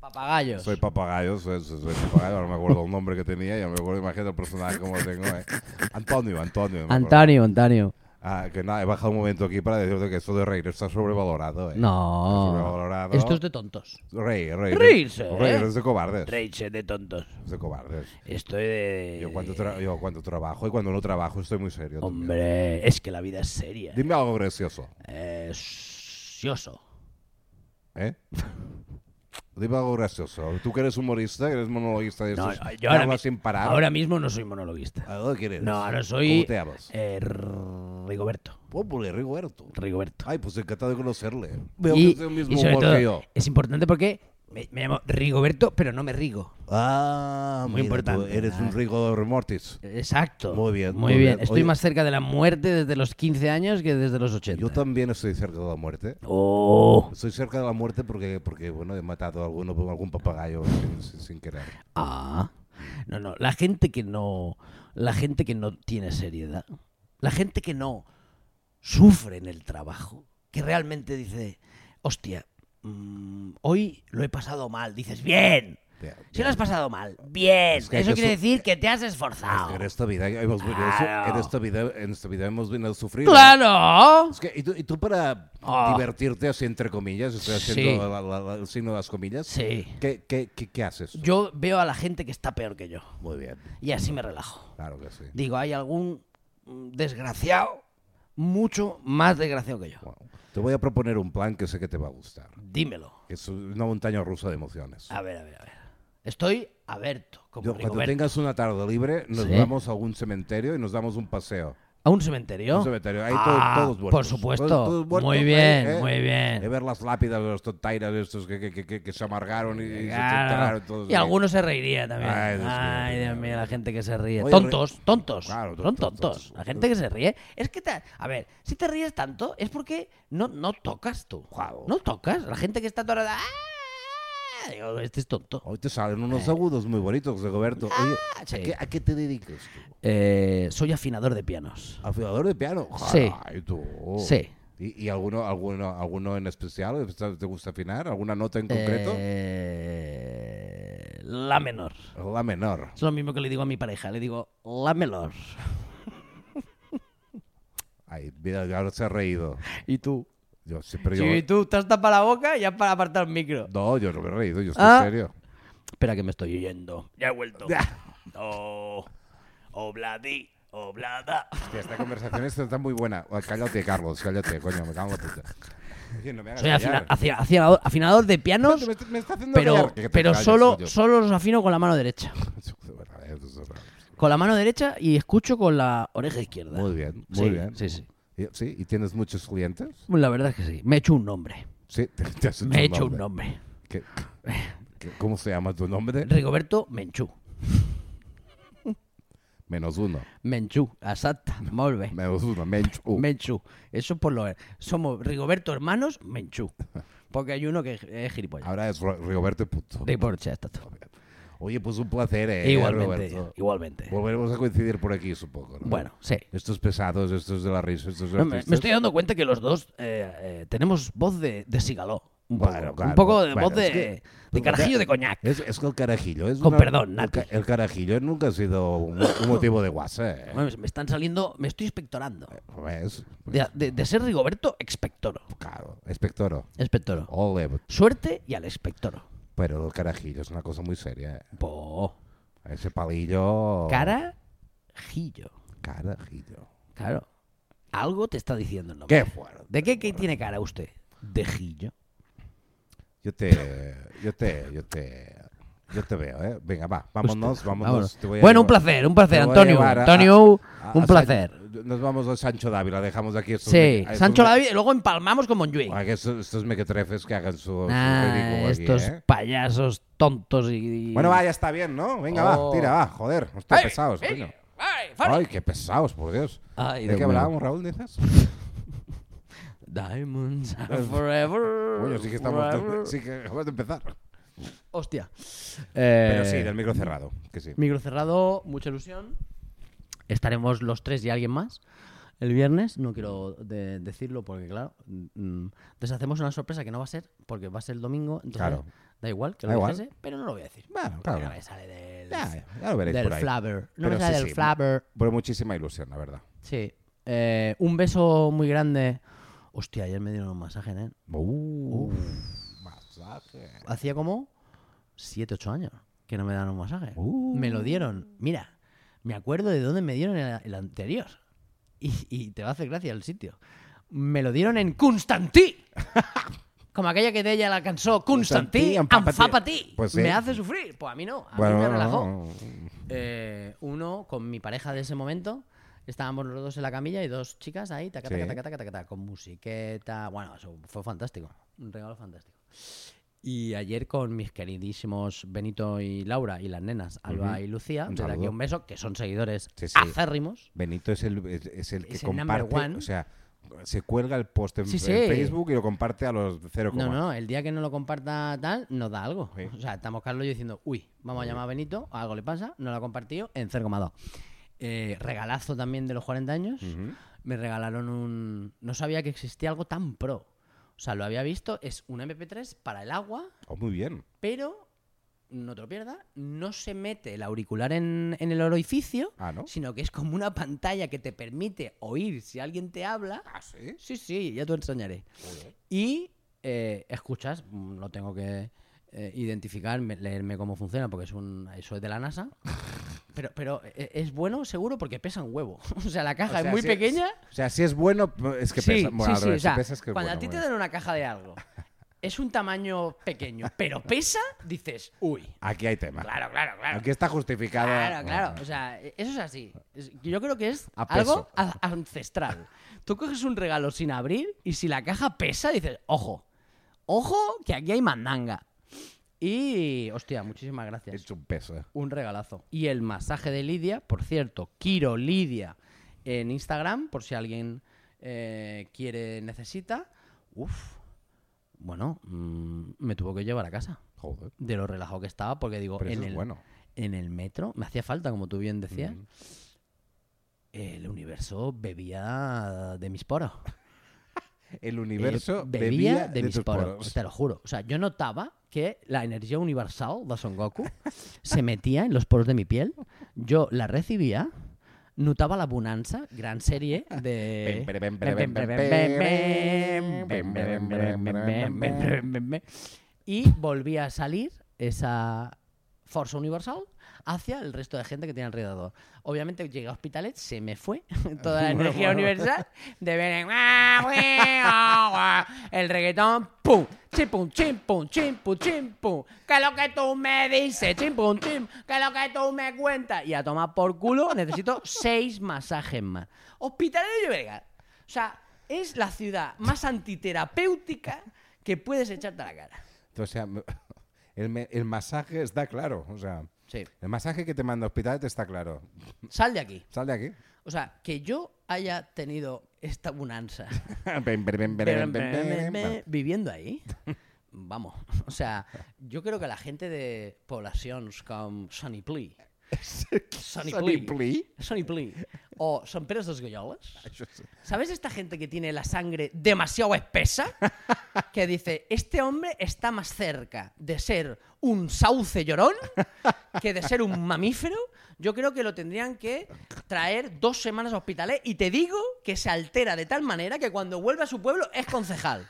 S5: Papagayos.
S3: soy papagayo, soy, soy- soy papagayo, no me acuerdo el nombre que tenía, ya me acuerdo, imagínate el personaje como lo tengo, eh. Antonio, Antonio. me acuerdo.
S5: Antonio.
S3: Ah, que nada, he bajado un momento aquí para decirte que esto de reír está sobrevalorado, ¿eh?
S5: No.
S3: Sobrevalorado.
S5: Esto es de tontos.
S3: Reír, reír.
S5: Reírse, ¿eh?
S3: Reír es de cobardes.
S5: Reírse eh, de tontos.
S3: Es de cobardes.
S5: Estoy de...
S3: Yo cuando, tra- yo cuando trabajo y cuando no trabajo estoy muy serio. también.
S5: Hombre, es que la vida es seria.
S3: Dime algo gracioso,
S5: Es... sioso.
S3: ¿eh? Dime algo gracioso. Tú que eres humorista, que eres monologuista de
S5: No,
S3: esos, que
S5: yo ahora,
S3: hablas
S5: mi-
S3: sin parar.
S5: ahora mismo no soy monologuista.
S3: ¿A dónde quieres?
S5: No, ahora soy
S3: ¿Cómo te llamas?
S5: eh, R- Rigoberto.
S3: Pobre Rigoberto.
S5: Rigoberto.
S3: Ay, pues encantado de conocerle. Veo que
S5: y,
S3: es el
S5: y
S3: mismo
S5: sobre
S3: humor
S5: todo,
S3: que yo.
S5: es importante porque me, me llamo Rigoberto, pero no me rigo.
S3: Ah,
S5: Muy
S3: mira, tú
S5: importante,
S3: Eres
S5: ah.
S3: un rigor mortis.
S5: Exacto.
S3: Muy bien,
S5: Muy
S3: muy
S5: bien.
S3: bien.
S5: Estoy
S3: Oye.
S5: más cerca de la muerte desde los 15 años que desde los 80.
S3: Yo también estoy cerca de la muerte.
S5: Oh,
S3: Estoy cerca de la muerte porque, porque bueno, he matado a alguno, pues, algún papagayo sin, sin- sin querer.
S5: ah. No, no, la gente que no la gente que no tiene seriedad, la gente que no sufre en el trabajo, que realmente dice, "Hostia, mm, hoy lo he pasado mal." Dices, "Bien."
S3: Bien,
S5: Si lo has pasado mal, bien.
S3: Es que hay
S5: Eso
S3: que
S5: quiere
S3: su-
S5: decir que te has
S3: Es que
S5: esforzado.
S3: en esta vida hemos venido,
S5: Claro.
S3: en esta vida, en esta vida hemos venido a sufrir.
S5: ¡Claro!
S3: Es que, ¿y, tú, y tú para
S5: Ah.
S3: divertirte así entre comillas, estoy
S5: Sí.
S3: haciendo la- la- la- el signo de las comillas,
S5: Sí.
S3: ¿qué, qué, qué, qué haces? tú?
S5: Yo veo a la gente que está peor que yo.
S3: Muy bien,
S5: Y así me relajo.
S3: claro que sí.
S5: Digo, hay algún mm, desgraciado mucho más desgraciado que yo.
S3: Wow. Te voy a proponer un plan que sé que te va a gustar.
S5: Dímelo.
S3: Es una montaña rusa de emociones.
S5: A ver, a ver, a ver. Estoy abierto, como
S3: Yo, cuando
S5: Rigoberto.
S3: tengas una tarde libre, nos
S5: Sí.
S3: vamos a algún cementerio y nos damos un paseo.
S5: ¿A un cementerio?
S3: Un cementerio. Ahí
S5: Ah,
S3: todos, todos muertos.
S5: Por supuesto.
S3: Todos- todos muertos
S5: muy
S3: ahí,
S5: bien,
S3: ¿eh?
S5: muy
S3: De
S5: bien.
S3: ver las lápidas de los tontairas estos que, que- que- que- que se amargaron y, y se
S5: Claro.
S3: enterraron todos.
S5: Y
S3: ahí.
S5: algunos se reiría también. Ay,
S3: Ay,
S5: Dios,
S3: Dios mío, Dios
S5: mío,
S3: mío.
S5: la gente que se ríe.
S3: Oye,
S5: tontos,
S3: re-
S5: tontos.
S3: Claro,
S5: son
S3: tontos,
S5: tontos. La gente que se ríe. Es que te. A ver, si te ríes tanto es porque no, no tocas tú. No tocas. La gente que está toda. ¡Ah! Digo, este es tonto.
S3: Hoy te salen unos agudos muy bonitos, Rigoberto. Oye,
S5: Eh. Ah, sí.
S3: ¿a, qué, a qué te dedicas tú?
S5: Eh, soy afinador de pianos.
S3: ¿Afilador de piano?
S5: Sí.
S3: Ay, tú.
S5: Sí.
S3: ¿Y, y alguno, alguno, alguno en especial? ¿Te gusta afinar? ¿Alguna nota en concreto?
S5: Eh, la menor.
S3: La menor.
S5: Es lo mismo que le digo a mi pareja. Le digo, la menor.
S3: Ay, mira, ahora se ha reído.
S5: Y tú.
S3: Yo siempre
S5: Sí,
S3: yo.
S5: tú te has tapado la boca ya para apartar el micro.
S3: No, yo no me he reído, yo estoy
S5: Ah.
S3: serio.
S5: Espera que me estoy yendo.
S6: Ya he vuelto. Oh, obladí, oblada.
S3: Hostia, esta conversación esta está muy buena. Ay, Cállate, Carlos, cállate, coño, me cago en la puta. Oye, no me hagas
S5: Soy afina-
S3: callar.
S5: afina- afinador, afinador de pianos,
S3: Me está- me está haciendo
S5: pero,
S3: callar. Que te
S5: pero
S3: calles,
S5: solo,
S3: coño.
S5: solo los afino con la mano derecha. Con la mano derecha y escucho con la oreja izquierda.
S3: Muy bien, muy
S5: Sí,
S3: bien.
S5: Sí, sí.
S3: Y- ¿Sí? ¿Y tienes muchos clientes?
S5: La verdad es que sí. Me he hecho un nombre.
S3: Sí, te, te has hecho
S5: Me he hecho un nombre.
S3: ¿Qué- qué- ¿Cómo se llama tu nombre?
S5: Rigoberto Menchú.
S3: Menos uno.
S5: Menchú, exacta, molt bé.
S3: Menos uno, Menchu.
S5: Menchú. Eso por lo... Somos Rigoberto hermanos Menchú. Porque hay uno que es gilipollas.
S3: Ahora es Ro- Rigoberto Puto.
S5: De por está todo.
S3: Oye, pues un placer, eh,
S5: Igualmente,
S3: Roberto.
S5: igualmente.
S3: Volveremos a coincidir por aquí, supongo. ¿no?
S5: Bueno, sí.
S3: Estos pesados, estos de la risa, estos
S5: No, me,
S3: artistas.
S5: me estoy dando cuenta que los dos eh, eh, tenemos voz de, de cigaló. Un poco,
S3: Bueno,
S5: un
S3: claro.
S5: poco de
S3: Bueno,
S5: voz
S3: es
S5: de,
S3: que- eh,
S5: de carajillo de coñac.
S3: Es, es que el carajillo es.
S5: Con
S3: una-
S5: perdón,
S3: el,
S5: Nati.
S3: ca- el carajillo nunca ha sido un, un motivo de guasa. ¿eh?
S5: Bueno, Me están saliendo, me estoy expectorando.
S3: ¿Ves?
S5: De, de- de ser Rigoberto, expectoro.
S3: Claro, espectoro.
S5: Expectoro.
S3: Ole,
S5: Suerte y al expectoro.
S3: pero el carajillo es una cosa muy seria. ¿eh?
S5: Po.
S3: Ese palillo.
S5: Carajillo.
S3: Carajillo.
S5: Claro. Algo te está diciendo el nombre.
S3: Qué fuerte.
S5: ¿De qué, qué tiene cara usted? De Gillo.
S3: Yo te. Yo te. Yo te. Yo te veo, ¿eh? Venga, va, vámonos, vámonos.
S5: Vámonos.
S3: te voy a
S5: Bueno, un
S3: llevar-
S5: placer, un placer,
S3: te voy a
S5: Antonio.
S3: llevar a-
S5: Antonio,
S3: a- a
S5: un
S3: San-
S5: placer.
S3: Nos vamos a Sancho Dávila, dejamos aquí estos.
S5: Sí,
S3: a
S5: Sancho
S3: estos-
S5: David, luego empalmamos con Monjuic.
S3: A que estos, estos mequetrefes que hagan su, su
S5: Nah,
S3: ridículo pues, aquí,
S5: Ah, estos
S3: ¿eh?
S5: payasos tontos y...
S3: Bueno, va, ya está bien, ¿no? Venga,
S5: Oh.
S3: va, tira, va, joder. Hostia, pesados, coño. Ay, qué pesados, por Dios.
S5: Ay,
S3: ¿De
S5: Dios
S3: qué
S5: mío.
S3: hablábamos, Raúl, dices?
S5: Diamonds are forever.
S3: Coño, sí que estamos...
S5: forever.
S3: Sí que acabas de empezar.
S5: Hostia.
S3: Pero sí,
S5: Eh,
S3: del micro cerrado, que sí.
S5: Micro cerrado, mucha ilusión. Estaremos los tres y alguien más el viernes. No quiero de- decirlo porque, claro, mm, deshacemos una sorpresa que no va a ser porque va a ser el domingo. Entonces,
S3: Claro.
S5: da igual que
S3: Da
S5: lo
S3: igual.
S5: dijese, pero no lo voy a decir.
S3: Bueno,
S5: Porque
S3: claro.
S5: no me sale del,
S3: Ya, ya lo veréis
S5: del
S3: por ahí.
S5: flabber. No me
S3: Pero
S5: sale
S3: sí,
S5: del
S3: sí.
S5: flabber.
S3: Pero muchísima ilusión, la verdad.
S5: Sí. Eh, un beso muy grande. Hostia, ayer me dieron un masaje, ¿eh?
S3: Uh, masaje.
S5: Hacía como 7, 8 años que no me dan un masaje.
S3: Uh.
S5: Me lo dieron. Mira, me acuerdo de dónde me dieron el, el anterior. Y, y te va a hacer gracia el sitio. Me lo dieron en Constantí. Como aquella que de ella la cansó Constantí,
S3: Constantí, empápate.
S5: empápate.
S3: Pues sí.
S5: Me hace sufrir. Pues a mí no. A mí me relajó. Eh, uno con mi pareja de ese momento. Estábamos los dos en la camilla y dos chicas ahí, taca, taca,
S3: Sí.
S5: taca, taca, taca, taca, con musiqueta. Bueno, eso fue fantástico. Un regalo fantástico. Y ayer con mis queridísimos Benito y Laura y las nenas, Alba
S3: Ujú.
S5: y Lucía,
S3: Un
S5: desde aquí
S3: saludo.
S5: un beso, que son seguidores
S3: Sí, sí.
S5: acérrimos.
S3: Benito es el, es, es el que
S5: Es el number
S3: comparte,
S5: one.
S3: o sea, se cuelga el post en,
S5: Sí,
S3: en
S5: sí.
S3: Facebook y lo comparte a los cero
S5: No,
S3: coma.
S5: no, el día que no lo comparta tal, nos da algo.
S3: Sí.
S5: O sea, estamos Carlos y yo diciendo, uy, vamos a llamar a Benito, algo le pasa, no lo ha compartido en 0,2. Eh, regalazo también de los 40 años.
S3: Ujú.
S5: Me regalaron un. No sabía que existía algo tan pro. O sea, lo había visto, es un MP3 para el agua,
S3: Oh, muy bien.
S5: pero no te lo pierdas, no se mete el auricular en, en el orificio,
S3: Ah, ¿no?
S5: sino que es como una pantalla que te permite oír si alguien te habla.
S3: Ah, sí.
S5: Sí, sí, ya te lo enseñaré. Y eh, escuchas, mm, lo tengo que eh, identificar, me- leerme cómo funciona, porque es un, eso es de la NASA. Pero, pero eh, es bueno, seguro, porque pesa un huevo. O sea, la caja
S3: O sea,
S5: es muy
S3: si-
S5: pequeña.
S3: O sea, si es bueno, es que pesa. Bueno, al revés,
S5: o sea,
S3: si pesa es que es
S5: cuando
S3: bueno,
S5: a ti te
S3: bueno.
S5: dan una caja de algo, es un tamaño pequeño, pero pesa, dices, uy,
S3: Aquí hay tema.
S5: claro, claro, claro.
S3: Aquí está justificado. Ah,
S5: Claro, claro. O sea, e- eso es así. Es- Yo creo que es
S3: A peso.
S5: algo a- ancestral. Tú coges un regalo sin abrir y si la caja pesa, dices, ojo, ojo, que aquí hay mandanga. Y, hostia, muchísimas gracias.
S3: Es un peso. ¿eh?
S5: Un regalazo. Y el masaje de Lidia, por cierto, Kiro Lidia en Instagram, por si alguien eh, quiere, necesita. Uf. Bueno, mm, me tuvo que llevar a casa.
S3: Joder.
S5: De lo relajado que estaba, porque digo,
S3: Pero
S5: en
S3: eso es
S5: el,
S3: bueno.
S5: en el metro, me hacía falta, como tú bien decías, el universo bebía de mis poros.
S3: El universo
S5: Eh,
S3: bebía, de,
S5: mis
S3: tus
S5: poros,
S3: poros.
S5: te lo juro. O sea, yo notaba que la energía universal de Son Goku se metía en los poros de mi piel, yo la recibía, notaba la bonanza, gran serie de...
S3: Eh,
S5: Y volvía a salir esa fuerza universal hacia el resto de gente que tiene alrededor. Obviamente llegué a hospitales, se me fue toda la energía universal de ver en- el reggaetón, pum, chim, pum, chim, pum, chim, pum, chim, pum, que lo que tú me dices, chim, pum, chim, que lo que tú me cuentas. Y a tomar por culo necesito seis masajes más. Hospitales de Llobregat. O sea, es la ciudad más antiterapéutica que puedes echarte a la cara.
S3: O sea, el, me- el masaje está claro. O sea,
S5: Sí.
S3: el masaje que te manda hospital te está claro.
S5: Sal de aquí.
S3: Sal de aquí.
S5: O sea, que yo haya tenido esta bonanza
S3: Bem, bem, bem, bem, bem, bem, bem.
S5: viviendo ahí. Vamos, o sea, yo creo que la gente de poblaciones como Sunny Plea, Sunny
S3: Sunny
S5: Plea,
S3: Plea.
S5: Sunny Plea, o San Pérez de Goyolas,
S3: Això sí.
S5: ¿Sabes esta gente que tiene la sangre demasiado espesa? Que dice, este hombre está más cerca de ser un sauce llorón que de ser un mamífero. Yo creo que lo tendrían que traer dos semanas a hospitales y te digo que se altera de tal manera que cuando vuelve a su pueblo es concejal.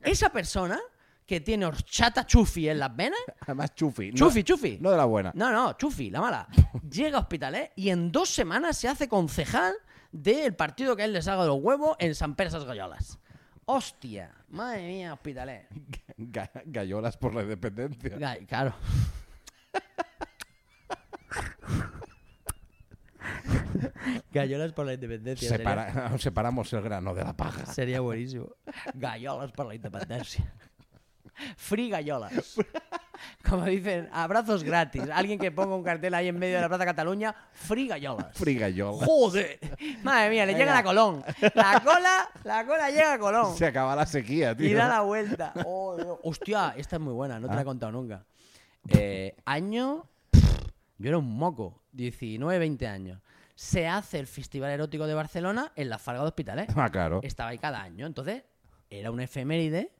S5: Esa persona que tiene horchata chufi en las venas
S3: Además, chufi. no-
S5: Chufi, chufi.
S3: No de la buena.
S5: No, no, Chufi, la mala. Llega a hospitales y en dos semanas se hace concejal del partido que a él les haga de los huevos en San Persas Gallolas. Hostia, madre mía, hospitales.
S3: Ga- gallolas por la independencia.
S5: Ga- Claro. Gallolas por la independencia.
S3: Separa- separamos el grano de la paja.
S5: Sería buenísimo. Gallolas por la independencia. Free gallolas. Como dicen, abrazos gratis. Alguien que ponga un cartel ahí en medio de la Plaza Cataluña, free gallolas.
S3: Frigallola.
S5: Joder. Madre mía, le llega la Colón. La cola, la cola llega a Colón.
S3: Se acaba la sequía, tío.
S5: Y da la vuelta. Oh, Dios. Hostia, esta es muy buena, no te la he contado nunca. Eh, año. Yo era un moco, 19, 20 años. Se hace el Festival Erótico de Barcelona en la Farga de Hospitalet
S3: Ah, claro.
S5: estaba ahí cada año. Entonces, era una efeméride.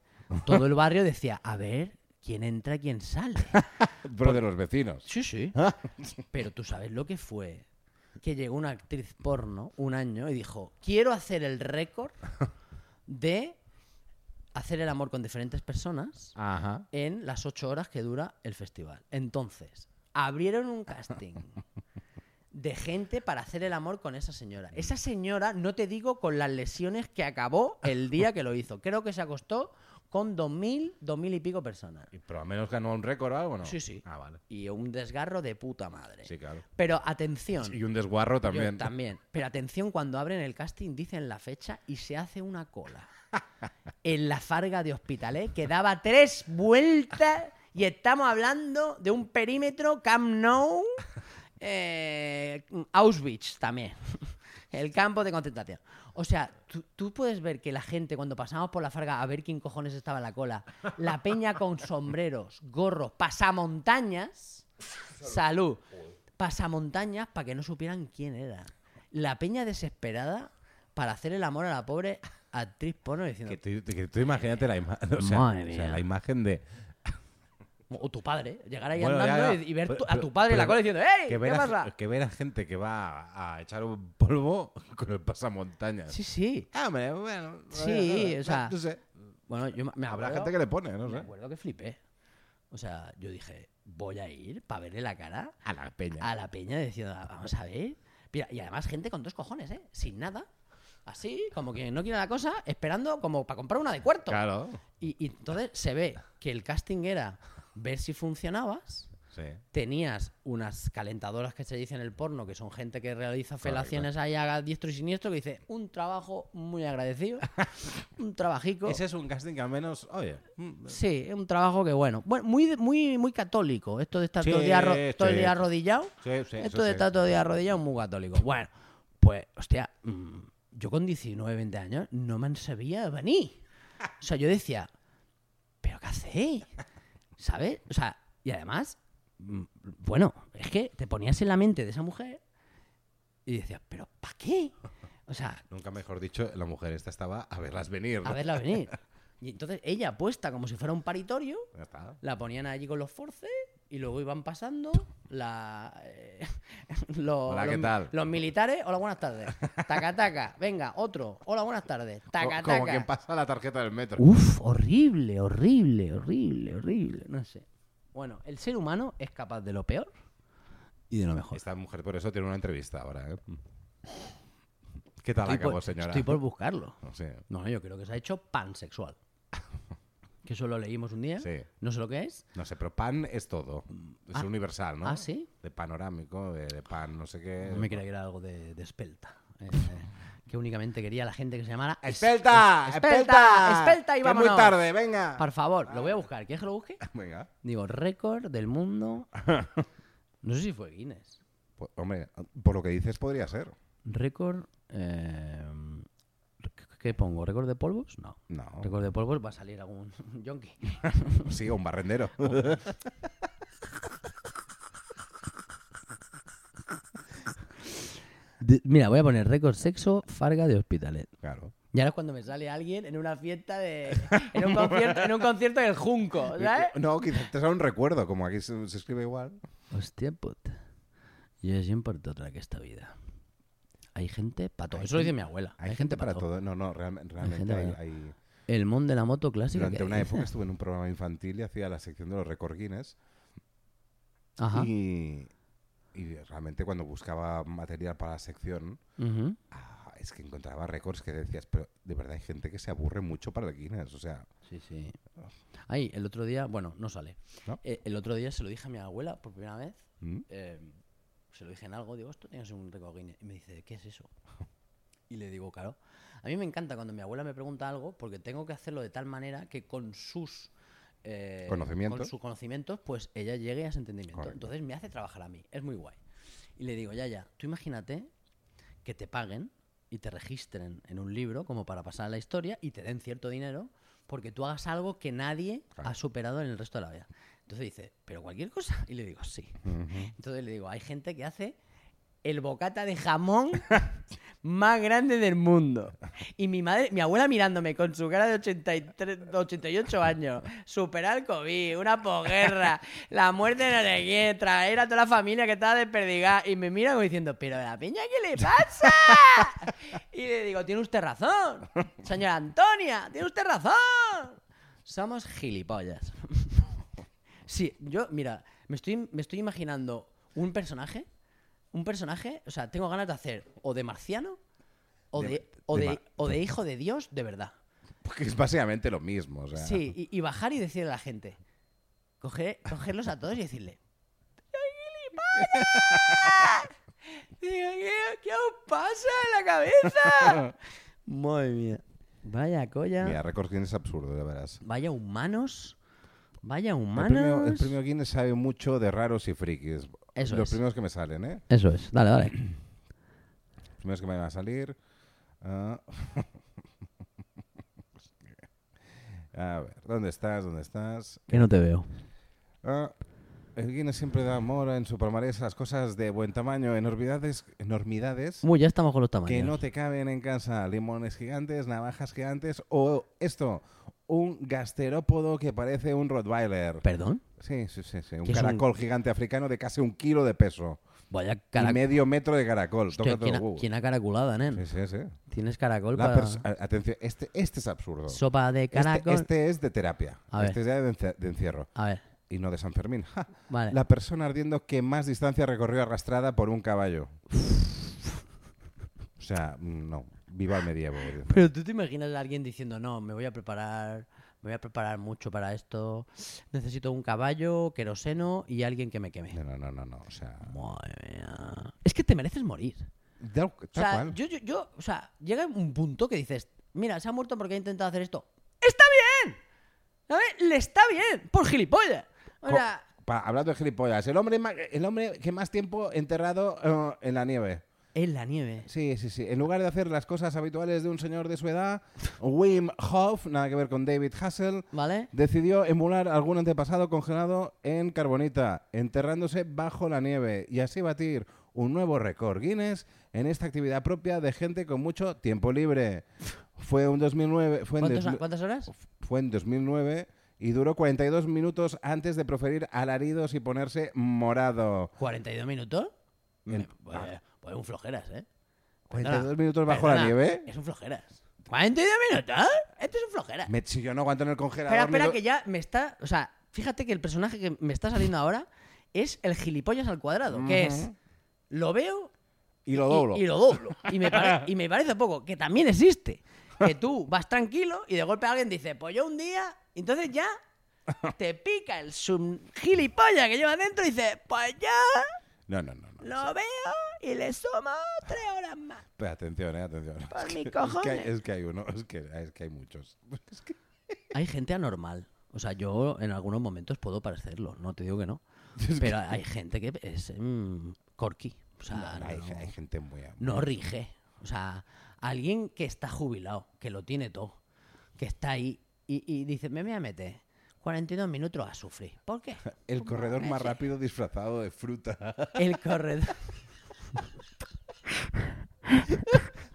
S5: Todo el barrio decía, a ver, ¿quién entra, quién sale?
S3: Pero de los vecinos.
S5: Sí, sí. Pero tú sabes lo que fue que llegó una actriz porno un año y dijo, quiero hacer el récord de hacer el amor con diferentes personas
S7: Ajá.
S5: en las ocho horas que dura el festival. Entonces, abrieron un casting de gente para hacer el amor con esa señora. Esa señora, no te digo con las lesiones que acabó el día que lo hizo. Creo que se acostó con dos mil, dos mil y pico personas.
S3: Y Pero al menos ganó un récord o algo, ¿no?
S5: Sí, sí.
S3: Ah, vale.
S5: Y un desgarro de puta madre.
S3: Sí, claro.
S5: Pero atención.
S3: Y un desguarro
S5: Yo
S3: también.
S5: también. Pero atención, cuando abren el casting dicen la fecha y se hace una cola. en la Farga de Hospitalet que daba tres vueltas y estamos hablando de un perímetro Camp Nou, eh, Auschwitz también. El campo de concentración. O sea, tú, tú puedes ver que la gente cuando pasamos por la farga a ver quién cojones estaba en la cola, la peña con sombreros, gorros, pasamontañas, salud, pasamontañas para que no supieran quién era. La peña desesperada para hacer el amor a la pobre actriz porno diciendo,
S3: Que tú, que tú imagínate la imagen. O sea,
S5: Madre
S3: o sea,
S5: mía.
S3: la imagen de.
S5: O tu padre, llegar ahí
S3: Bueno, ya,
S5: andando
S3: ya.
S5: y, y ver
S3: Pero-
S5: tu- a
S3: pero-
S5: tu padre en la
S3: pero
S5: cola diciendo, ¡Ey!
S3: que
S5: ¿Qué
S3: ver a,
S5: pasa?
S3: Que ver a gente que va a echar un polvo con el pasamontañas.
S5: Sí, sí.
S3: Ah, hombre, bueno.
S5: Sí,
S3: eh,
S5: o sea,
S3: no sé.
S5: Bueno, yo me- me
S3: Habrá
S5: acuerdo,
S3: gente que le pone, ¿eh? no
S5: me
S3: sé.
S5: acuerdo que flipé. O sea, yo dije, voy a ir para verle la cara
S3: A la peña.
S5: a la peña diciendo, "Ah, vamos a ver. Mira, y además gente con dos cojones, ¿eh? Sin nada. Así, como que no quiere la cosa, esperando como para comprar una de cuarto.
S3: Claro.
S5: Y, y entonces se ve que el casting era ver si funcionabas.
S3: Sí.
S5: tenías unas calentadoras que se dice en el porno, que son gente que realiza felaciones ahí a diestro y siniestro, que dice, un trabajo muy agradecido, un trabajico.
S3: Ese es un casting que al menos. Oye. mm,
S5: Sí, es un trabajo que bueno. Bueno, muy, muy, muy católico. Esto de estar
S3: Sí,
S5: todo, el día, arro-
S3: sí.
S5: todo el día arrodillado.
S3: Sí,
S5: esto
S3: sí, eso
S5: de
S3: sí.
S5: estar todo el día arrodillado es muy católico. Bueno, pues, hostia, mm, yo con 19, 20 años no me sabía venir. O sea, yo decía, ¿pero qué hacéis? ¿Sabes? O sea, y además, mm, bueno, es que te ponías en la mente de esa mujer y decías, ¿pero para qué? O sea,
S3: Nunca mejor dicho, la mujer esta estaba a verlas venir. ¿no?
S5: a verla venir. Y entonces ella puesta como si fuera un paritorio,
S3: Ya está.
S5: la ponían allí con los forces y luego iban pasando la, eh, los,
S3: Hola,
S5: los-
S3: ¿qué tal?
S5: los militares. Hola, buenas tardes. Taca, taca. Venga, otro. Hola, buenas tardes. Taca,
S3: Co- Como
S5: taca.
S3: quien pasa la tarjeta del metro.
S5: Uf, horrible, horrible, horrible, horrible. No sé. Bueno, el ser humano es capaz de lo peor y de lo mejor.
S3: Esta mujer por eso tiene una entrevista ahora. ¿eh? ¿Qué tal acabó,
S5: por,
S3: señora?
S5: estoy por buscarlo.
S3: Sí.
S5: No, yo creo que se ha hecho pansexual. Que eso lo leímos un día.
S3: Sí.
S5: No sé lo que es.
S3: No sé, pero pan es todo. Es
S5: Ah.
S3: universal, ¿no?
S5: Ah, ¿sí?
S3: De panorámico, de, de pan, Eh, no sé qué.
S5: No me creía que era algo de, de espelta. eh, que únicamente quería la gente que se llamara es-
S3: ¡Espelta!
S5: es-
S3: ¡Espelta!
S5: ¡Espelta
S3: Que
S5: y
S3: es
S5: vámonos!
S3: muy tarde, venga.
S5: Por favor, lo voy a buscar. ¿Quieres que lo busque?
S3: Venga.
S5: Digo, récord del mundo. No sé si fue Guinness.
S3: Pues, hombre, por lo que dices podría ser.
S5: Récord. eh, ¿qué- ¿Qué pongo? ¿Récord de polvos? No.
S3: No.
S5: Récord de polvos va a salir algún yonki.
S3: Sí, un barrendero.
S5: De- Mira, voy a poner récord sexo Farga de Hospitalet.
S3: claro.
S5: Y ahora es cuando me sale alguien en una fiesta de. En un concierto, en un concierto del Junco, ¿sabes?
S3: No, quizás te sea un recuerdo, como aquí se, se escribe igual.
S5: Hostia puta. Yo siempre por otra que esta vida. Hay gente para todo.
S3: Hay
S5: Eso lo dice
S3: gente-
S5: mi abuela.
S3: Hay, gente para
S5: pa'
S3: todo. No, no, real- realmente
S5: gente
S3: hay...
S5: para-
S3: hay-
S5: El mon de la moto clásica.
S3: Durante
S5: que
S3: una
S5: dice.
S3: época estuve en un programa infantil y hacía la sección de los récord Guinness.
S5: Ajá.
S3: Y, y realmente cuando buscaba material para la sección,
S5: Ujú.
S3: ah, es que encontraba récords que decías, pero de verdad hay gente que se aburre mucho para el Guinness. O sea,
S5: Sí, sí. Ay, el otro día, bueno, no sale.
S3: ¿No?
S5: Eh, el otro día se lo dije a mi abuela por primera vez.
S3: ¿Mm?
S5: eh, se lo dije en algo, digo, esto tiene que ser un récord Guinness. Y me dice, ¿qué es eso? Y le digo, claro. A mí me encanta cuando mi abuela me pregunta algo porque tengo que hacerlo de tal manera que con sus. eh,
S3: Conocimientos.
S5: Con sus conocimientos, pues ella llegue a ese entendimiento.
S3: Correcto.
S5: Entonces me hace trabajar a mí. Es muy guay. Y le digo, ya, ya, tú imagínate que te paguen y te registren en un libro como para pasar la historia y te den cierto dinero porque tú hagas algo que nadie
S3: Claro.
S5: ha superado en el resto de la vida. Entonces dice, ¿pero cualquier cosa? Y le digo, sí. Entonces le digo, hay gente que hace el bocata de jamón más grande del mundo. Y mi madre, mi abuela mirándome con su cara de 83, 88 años, superar el COVID, una posguerra, la muerte de no sé quién, traer a toda la familia que estaba desperdigada, y me mira como diciendo, pero de la piña, ¿qué le pasa? Y le digo, tiene usted razón, señora Antonia, tiene usted razón. Somos gilipollas. Sí, yo, mira, me estoy, me estoy imaginando un personaje, un personaje, o sea, tengo ganas de hacer o de marciano o
S3: De-
S5: de, o
S3: de
S5: de,
S3: ma-
S5: o de hijo de Dios de verdad.
S3: Porque es básicamente lo mismo. O sea,
S5: Sí, y, y bajar y decirle a la gente, coger, cogerlos a todos y decirle, "¡Soy gilipollas! Digo, ¿qué, ¿Qué os pasa en la cabeza? Madre mía. Vaya colla.
S3: Mira, récord Guinness es absurdo, ya verás.
S5: Vaya humanos. Vaya
S3: El
S5: humanos.
S3: premio, el premio Guinness sabe mucho de raros y frikis.
S5: Eso
S3: Los
S5: es.
S3: primeros que me salen, ¿eh?
S5: Eso es, dale, dale.
S3: Los primeros que me van a salir. ah. a ver, ¿dónde estás? ¿Dónde estás?
S5: Que no te veo.
S3: Ah, el Guinness siempre da mora en su palmarés a las cosas de buen tamaño, enormidades, enormidades
S5: Muy, ya estamos con los tamaños.
S3: que no te caben en casa. Limones gigantes, navajas gigantes o esto, un gasterópodo que parece un Rottweiler.
S5: ¿Perdón?
S3: Sí, sí, sí, sí. Un
S5: ¿Qué es un-
S3: caracol gigante africano de casi un kilo de peso.
S5: Vaya
S3: Y
S5: caracol.
S3: medio metro de caracol. Toca todo
S5: ¿quién,
S3: el
S5: ha,
S3: huevo.
S5: quién ha caracolado, nen?
S3: Sí, sí, sí.
S5: Tienes caracol
S3: La
S5: para...
S3: pers- a- Atención, este, este es absurdo.
S5: Sopa de
S3: Este-
S5: caracol.
S3: Este, es de terapia.
S5: A ver.
S3: Este es ya de, ence- de encierro.
S5: A ver,
S3: Y no de San Fermín. Ja.
S5: vale.
S3: La persona ardiendo que más distancia recorrió arrastrada por un caballo. o sea, no. Viva el medievo.
S5: Pero tú te imaginas a alguien diciendo, no, me voy a preparar, me voy a preparar mucho para esto. Necesito un caballo, queroseno y alguien que me queme.
S3: No, no, no, no. no. O sea,
S5: Madre mía. Es que te mereces morir.
S3: tal, tal
S5: O sea,
S3: cual.
S5: yo, yo, yo- o sea, llega un punto que dices, mira, se ha muerto porque ha intentado hacer esto. ¡Está bien! ¿Sabes? Le está bien, por gilipollas. O
S3: Co-
S5: sea,
S3: pa- hablando de gilipollas, el hombre, ma- el hombre que más tiempo enterrado eh, en la nieve.
S5: en la nieve.
S3: Sí, sí, sí. En lugar de hacer las cosas habituales de un señor de su edad, Wim Hof, nada que ver con David Hassel,
S5: ¿Vale?
S3: decidió emular algún antepasado congelado en carbonita, enterrándose bajo la nieve y así batir un nuevo récord Guinness en esta actividad propia de gente con mucho tiempo libre. Fue un 2009, fue en
S5: ¿Cuántos-
S3: 2000
S5: ¿Cuántas horas?
S3: fue en 2009 y duró 42 minutos antes de proferir alaridos y ponerse morado.
S5: 42 minutos.
S3: En-
S5: Me- Pues, pues un flojeras, ¿eh?
S3: 42 minutos bajo la
S5: Perdona,
S3: nieve.
S5: Es un flojeras. ¿42 minutos? Esto es un flojeras.
S3: Me, si yo no aguanto en el congelador.
S5: Espera,
S3: ni
S5: espera,
S3: lo-
S5: que ya me está. O sea, fíjate que el personaje que me está saliendo ahora es el gilipollas al cuadrado, que es.
S3: Ujú.
S5: Lo veo
S3: Y lo
S5: y-
S3: doblo.
S5: Y, lo doblo. Y me, pare- y me parece poco, que también existe. Que tú vas tranquilo y de golpe alguien dice, pues yo un día, y entonces ya te pica el sub gilipollas que lleva dentro y dices, pues ya
S3: No, no, no. no.
S5: lo veo y le sumo tres horas más.
S3: Espera, atención, eh, atención.
S5: Por
S3: Es
S5: mis
S3: que- es, que
S5: cojones.
S3: hay, es que hay uno, es que, es que hay muchos. Es que-
S5: Hay gente anormal. O sea, yo en algunos momentos puedo parecerlo, no te digo que no. Pero hay gente que es mm, corky. O sea,
S3: hay,
S5: no-
S3: hay gente muy... am-
S5: no rige. O sea, alguien que está jubilado, que lo tiene todo, que está ahí y, y dice, me voy a meter 42 minutos a sufrir. ¿Por qué?
S3: El corredor más
S5: Ese-
S3: rápido disfrazado de fruta.
S5: El corredor.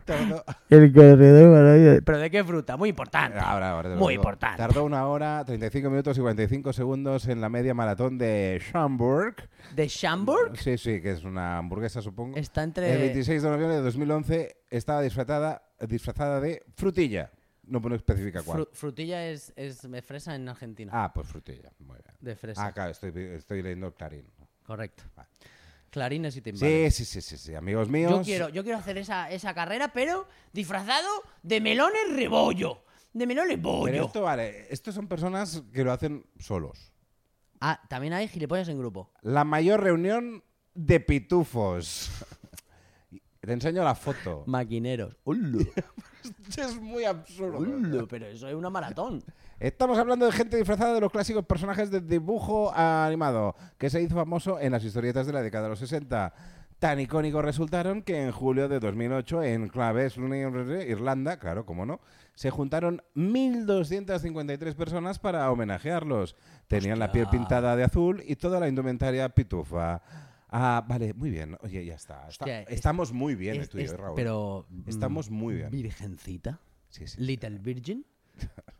S3: Tardó-
S5: El corredor ¿Pero de qué fruta? Muy importante.
S3: Eh, Ahora, ahora te lo
S5: Muy
S3: digo.
S5: importante.
S3: Tardó una hora, 35 minutos y 45 segundos en la media maratón de Schaumburg.
S5: ¿De Schamburg?
S3: Sí, sí, que es una hamburguesa, supongo.
S5: Está entre-
S3: El 26 de noviembre de 2011 estaba disfrazada, disfrazada de frutilla. No pone específica cuál.
S5: Fru- frutilla es, es de fresa en Argentina.
S3: ah, pues frutilla. Muy bien.
S5: De fresa.
S3: Ah, claro, estoy, estoy leyendo Clarín.
S5: Correcto.
S3: Vale.
S5: Clarines y timbales.
S3: Sí, sí, sí, sí, sí, amigos míos.
S5: Yo quiero, yo quiero hacer esa, esa carrera, pero disfrazado de melones rebollo. De melones
S3: Pero
S5: bollo.
S3: esto vale, estos son personas que lo hacen solos.
S5: Ah, también hay gilipollas en grupo.
S3: La mayor reunión de pitufos. Te enseño la foto.
S5: Maquineros. ¡Hola!
S3: Es muy absurdo.
S5: ¡Hola! Pero eso es una maratón.
S3: Estamos hablando de gente disfrazada de los clásicos personajes de dibujo animado, que se hizo famoso en las historietas de la década de los 60. Tan icónicos resultaron que en julio de 2008, en Claves, Irlanda, claro, cómo no, se juntaron 1.253 personas para homenajearlos. Tenían la piel
S5: Hostia.
S3: pintada de azul y toda la indumentaria pitufa. Ah, vale, muy bien. Oye, ya está. Está-
S5: Hostia, es-
S3: estamos muy bien, eh,
S5: Es-
S3: tú y yo,
S5: es-
S3: Raúl.
S5: Pero.
S3: Estamos
S5: mm,
S3: muy bien.
S5: Virgencita.
S3: Sí, sí.
S5: Little Virgin.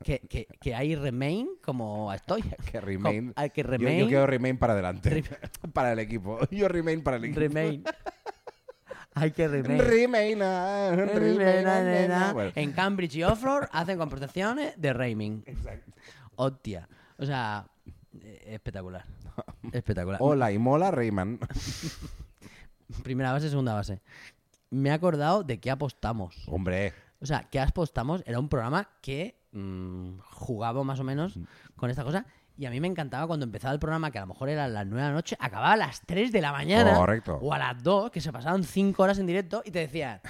S5: que, que, que hay Remain como estoy.
S3: Que
S5: Como-
S3: Remain.
S5: hay que
S3: yo- Yo,
S5: Remain.
S3: quiero Remain para adelante. para el equipo. Yo Remain para el equipo.
S5: Remain. Hay que Remain.
S3: Remain. ah, Remain, ah, nena. Bueno,
S5: En Cambridge y Offroad hacen compensaciones de Remain.
S3: exacto.
S5: Hostia. O sea, eh, espectacular. Espectacular.
S3: Hola y mola Rayman.
S5: Primera base, segunda base. Me he acordado de qué apostamos.
S3: Hombre,
S5: O sea, que apostamos era un programa que mm, jugaba más o menos con esta cosa. Y a mí me encantaba cuando empezaba el programa, que a lo mejor era a las 9 de la noche, acababa a las 3 de la mañana.
S3: Correcto.
S5: O a las 2, que se pasaban 5 horas en directo y te decían,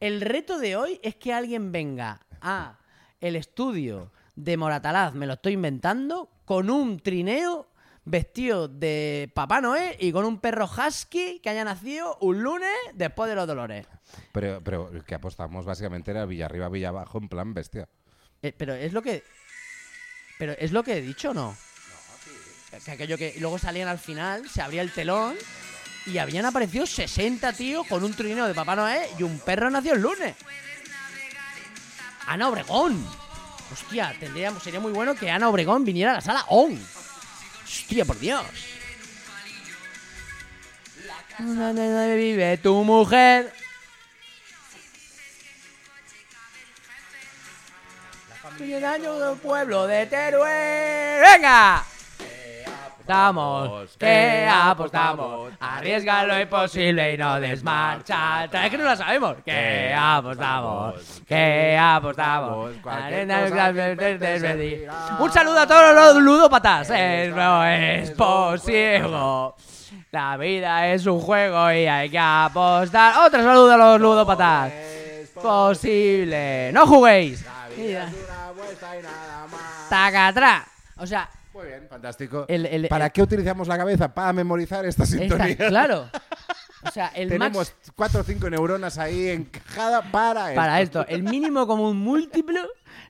S5: el reto de hoy es que alguien venga a el estudio de Moratalaz, me lo estoy inventando, con un trineo vestido de Papá Noé y con un perro husky que haya nacido un lunes después de los dolores.
S3: pero, pero el que apostamos básicamente era Villarriba, Villabajo en plan bestia.
S5: Eh, pero es lo que. Pero es lo que he dicho, ¿no? Que aquello que. y Luego salían al final, se abría el telón y habían aparecido 60 tíos con un trineo de Papá Noé y un perro nació el lunes. Ana Obregón. Hostia, tendríamos, sería muy bueno que Ana Obregón viniera a la sala ON. Hostia, por Dios. ¿Dónde vive tu mujer? Soy el año del pueblo de Teruel. ¡Venga! Estamos, que apostamos, arriesga lo imposible y no desmarcha. Es que no la sabemos. Que apostamos, que apostamos. Arena del gran verde desvendí. Un saludo a todos los ludópatas. Eh, No es posible. La vida es un juego y hay que apostar. Otro saludo a los ludópatas. Posible. No juguéis. Tacatra. O sea,
S3: Muy bien, fantástico.
S5: El- el-
S3: ¿Para
S5: el-
S3: qué utilizamos la cabeza? Para memorizar esta
S5: está
S3: sintonía.
S5: claro. O sea, el
S3: Tenemos
S5: max
S3: cuatro o cinco neuronas ahí encajada para,
S5: para esto, el mínimo común múltiplo,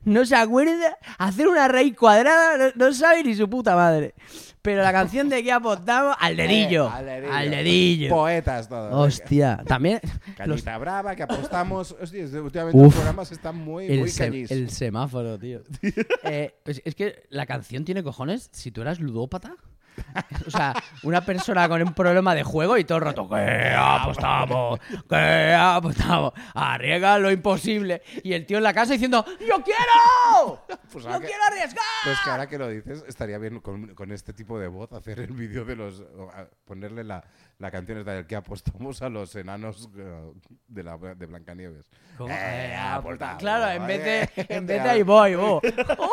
S5: no se acuerda, hacer una raíz cuadrada, no, no sabe ni su puta madre. Pero la canción de que apostamos, al dedillo.
S3: Eh, al dedillo.
S5: Al dedillo.
S3: Poetas todos.
S5: Oh, Hostia, también los-
S3: Cañita brava, que apostamos. Hostia, es- últimamente los
S5: Uf.
S3: programas están muy,
S5: el,
S3: muy
S5: se-
S3: cañís.
S5: el semáforo, tío. Eh, pues es que la canción tiene cojones si tú eras ludópata. O sea, una persona con un problema de juego y todo el rato, que apostamos, que apostamos, arriesga lo imposible. Y el tío en la casa diciendo, ¡Yo quiero!
S3: Pues
S5: ¡Yo
S3: ahora que-
S5: quiero arriesgar!
S3: Pues que ahora que lo dices, estaría bien con, con este tipo de voz hacer el vídeo de los. o, a- ponerle la, la canción esta del que apostamos a los enanos eh, de, la, de Blancanieves.
S5: ¿Cómo?
S3: Eh,
S5: Eh,
S3: apostamos,
S5: claro, en vez
S3: eh,
S5: de, en vez de
S3: te-
S5: ahí voy, vos. ¡Oh!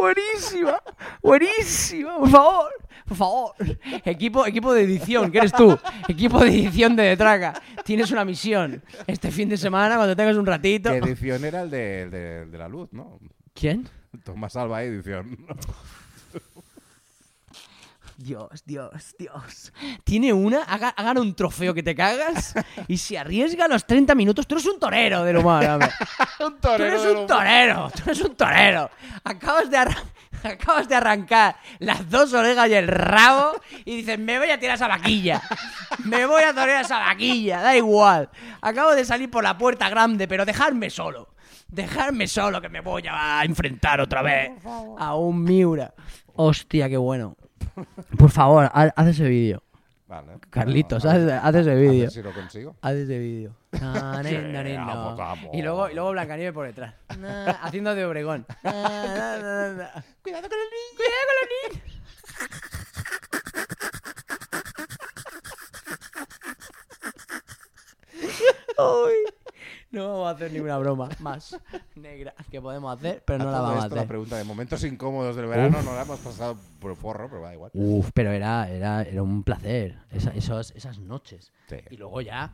S5: buenísima, buenísima, por favor, por favor. Equipo, equipo de edición, que eres tú, equipo de edición de Detraca. Tienes una misión este fin de semana cuando tengas un ratito.
S3: Que edición era el de, el de- el de la luz, ¿no?
S5: ¿Quién?
S3: Tomás Alba edición.
S5: Dios, Dios, Dios. Tiene una, haga, hagan un trofeo que te cagas y si arriesga los 30 minutos, tú eres un torero del humano. hombre.
S3: un
S5: Tú eres un torero, tú eres un torero. Acabas de, arran- acabas de arrancar las dos orejas y el rabo y dices, me voy a tirar esa vaquilla. Me voy a torear esa vaquilla, da igual. Acabo de salir por la puerta grande, pero dejarme solo. Dejarme solo que me voy a enfrentar otra vez a un Miura. Hostia, qué bueno. Por favor, ha- haz ese vídeo.
S3: Vale.
S5: Carlitos,
S3: Bueno, a ver-
S5: haz- haz ese
S3: a ver
S5: vídeo.
S3: si lo consigo.
S5: Haz ese vídeo. Na, nen, na, nen, no.
S3: vamos.
S5: Y luego, y luego Blancanieves por detrás. Na, Haciendo de Obregón. Cuidado con el niño. Cuidado con el niño. Uy. No vamos a hacer ninguna broma más negra que podemos hacer, pero no la
S3: A todo
S5: vamos a
S3: esto, la
S5: hacer.
S3: pregunta de momentos incómodos del verano no la hemos pasado por forro, pero da igual.
S5: Uf, pero era, era, era un placer esa- esos- esas noches.
S3: Sí.
S5: Y luego ya,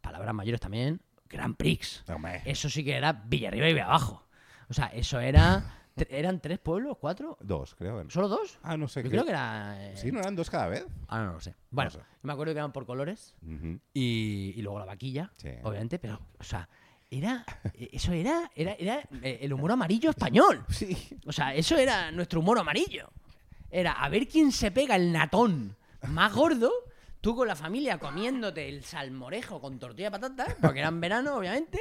S5: palabras mayores también, Grand Prix.
S3: Hombre.
S5: Eso sí que era Villarriba y Villabajo. O sea, eso era... tre- ¿Eran tres pueblos? ¿Cuatro?
S3: Dos, creo. ¿no?
S5: ¿Solo dos?
S3: Ah, no sé.
S5: Yo creo que era... eh,
S3: Sí, no eran dos cada vez.
S5: Ahora no lo sé. Bueno,
S3: sé.
S5: me acuerdo que eran por colores
S3: Ujú.
S5: y, y luego la vaquilla,
S3: Sí.
S5: obviamente, pero, o sea, era... eh, Eso era, era, era eh, el humor amarillo español.
S3: Sí.
S5: O sea, eso era nuestro humor amarillo. Era a ver quién se pega el natón más gordo. Tú con la familia comiéndote el salmorejo con tortilla de patata, porque era en verano, obviamente,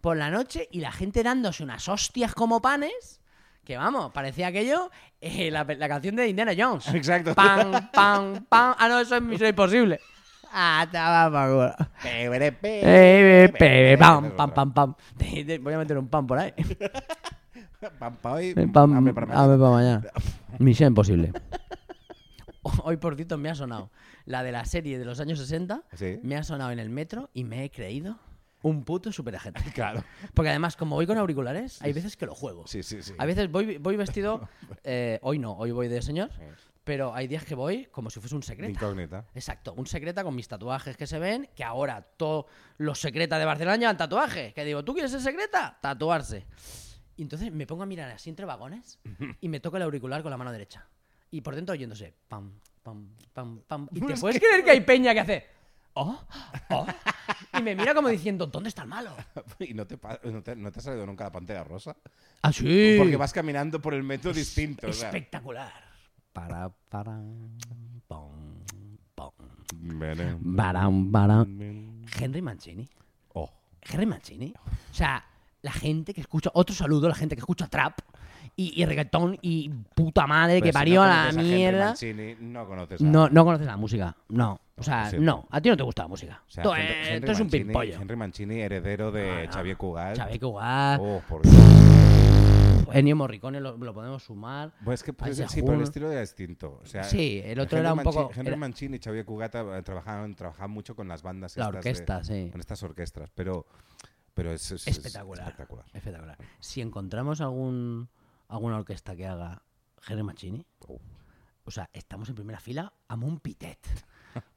S5: por la noche, y la gente dándose unas hostias como panes, que vamos, parecía aquello eh, la, la canción de Indiana Jones.
S3: Exacto.
S5: Pam, pam, pam. Ah, no, eso es Misión Imposible. Ah, te va pa' culo. Eh, eh, pe- pam, pam, pam, pam. Te- te- Voy a meter un pan por ahí.
S3: Pam, pa' hoy,
S5: Eh, Pam,
S3: hambre para
S5: hambre
S3: mañana.
S5: pa' mañana. Misión Imposible. Hoy, por cierto, me ha sonado la de la serie de los años 60.
S3: Sí.
S5: Me ha sonado en el metro y me he creído un puto superagente.
S3: Claro.
S5: Porque además, como voy con auriculares, hay veces que lo juego.
S3: Sí, sí, sí.
S5: A veces voy, voy vestido... eh, hoy no, hoy voy de señor. Pero hay días que voy como si fuese un
S3: De
S5: secreto.
S3: Incógnita.
S5: Exacto, un secreta con mis tatuajes que se ven, que ahora todos los secretas de Barcelona llevan tatuajes. Que digo, ¿tú quieres ser secreta? Tatuarse. Y entonces me pongo a mirar así entre vagones y me toco el auricular con la mano derecha. Y por dentro oyéndose, pam, pam, pam, pam. Y te puedes creer que hay peña que hace, oh, oh. Y me mira como diciendo, ¿dónde está el malo?
S3: ¿Y no te, pa- no, te, no te ha salido nunca la pantera rosa?
S5: Ah, Así.
S3: Porque vas caminando por el metro distinto. o sea.
S5: Espectacular. Para, para, pom, pom.
S3: Vale.
S5: Baram, baram. Henry Mancini.
S3: Oh.
S5: Henry Mancini. ¿eh? O sea, la gente que escucha, otro saludo a la gente que escucha trap y, y reggaetón y puta madre
S3: Pero
S5: que
S3: si
S5: parió
S3: no
S5: a la
S3: conoces Henry
S5: mierda.
S3: Mancini, no conoces a-
S5: No, no conoces la música, no. O sea,
S3: es cierto.
S5: no, a ti no te gusta la música.
S3: O sea,
S5: Tú,
S3: Henry-
S5: eh,
S3: Henry
S5: tú eres un
S3: Mancini-
S5: pimpollo.
S3: Henry Mancini, heredero de
S5: No, no.
S3: Xavier Cugat.
S5: Xavier Cugat,
S3: Oh, por Dios.
S5: Ennio Morricone lo, lo podemos sumar.
S3: Pues es que pues,
S5: Isaac
S3: sí, pero el
S5: Hull.
S3: estilo era distinto. O sea,
S5: Sí, el otro
S3: Henry
S5: era un
S3: Mancini-
S5: poco-
S3: Henry
S5: era-
S3: Mancini y Xavier Cugat eh, trabajaban, trabajaban mucho con las bandas.
S5: La
S3: estas de-
S5: orquesta, sí.
S3: Con estas orquestas, pero, pero es, es- es
S5: Espectacular.
S3: espectacular.
S5: espectacular. Si encontramos algún alguna orquesta que haga Henry Mancini, o sea, estamos en primera fila, amo un pitet.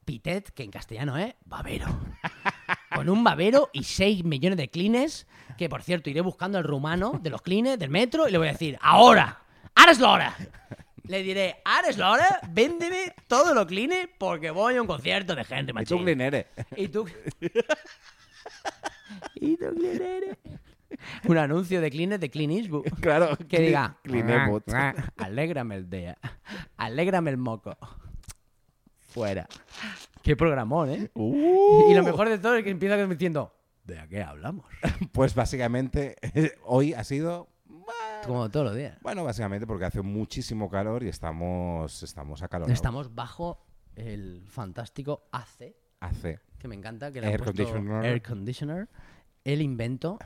S5: Pitet, que en castellano es babero. Con un babero y 6 millones de clines, que por cierto, iré buscando al rumano de los clines del metro y le voy a decir, ahora, ahora es la hora. Le diré, ahora es la hora, véndeme todos los clines porque voy a un concierto de Henry
S3: ¿Y tú
S5: Mancini.
S3: quién eres?
S5: ¿Y tú? ¿Y tú quién eres? Un anuncio de Kleenex de Clean Eastwood.
S3: Claro.
S5: Que diga,
S3: Clint Eastwood.
S5: "Mua, mua, alégrame el día, alégrame el moco. Fuera. Qué programón, ¿eh?
S3: Uh.
S5: Y lo mejor de todo es que empieza diciendo, ¿de a qué hablamos?
S3: Pues básicamente, hoy ha sido.
S5: Como todos los días.
S3: Bueno, básicamente porque hace muchísimo calor y estamos, estamos acalorados.
S5: Estamos bajo el fantástico AC,
S3: Hace.
S5: que me encanta, que le han
S3: Air
S5: puesto
S3: conditioner.
S5: air conditioner, el invento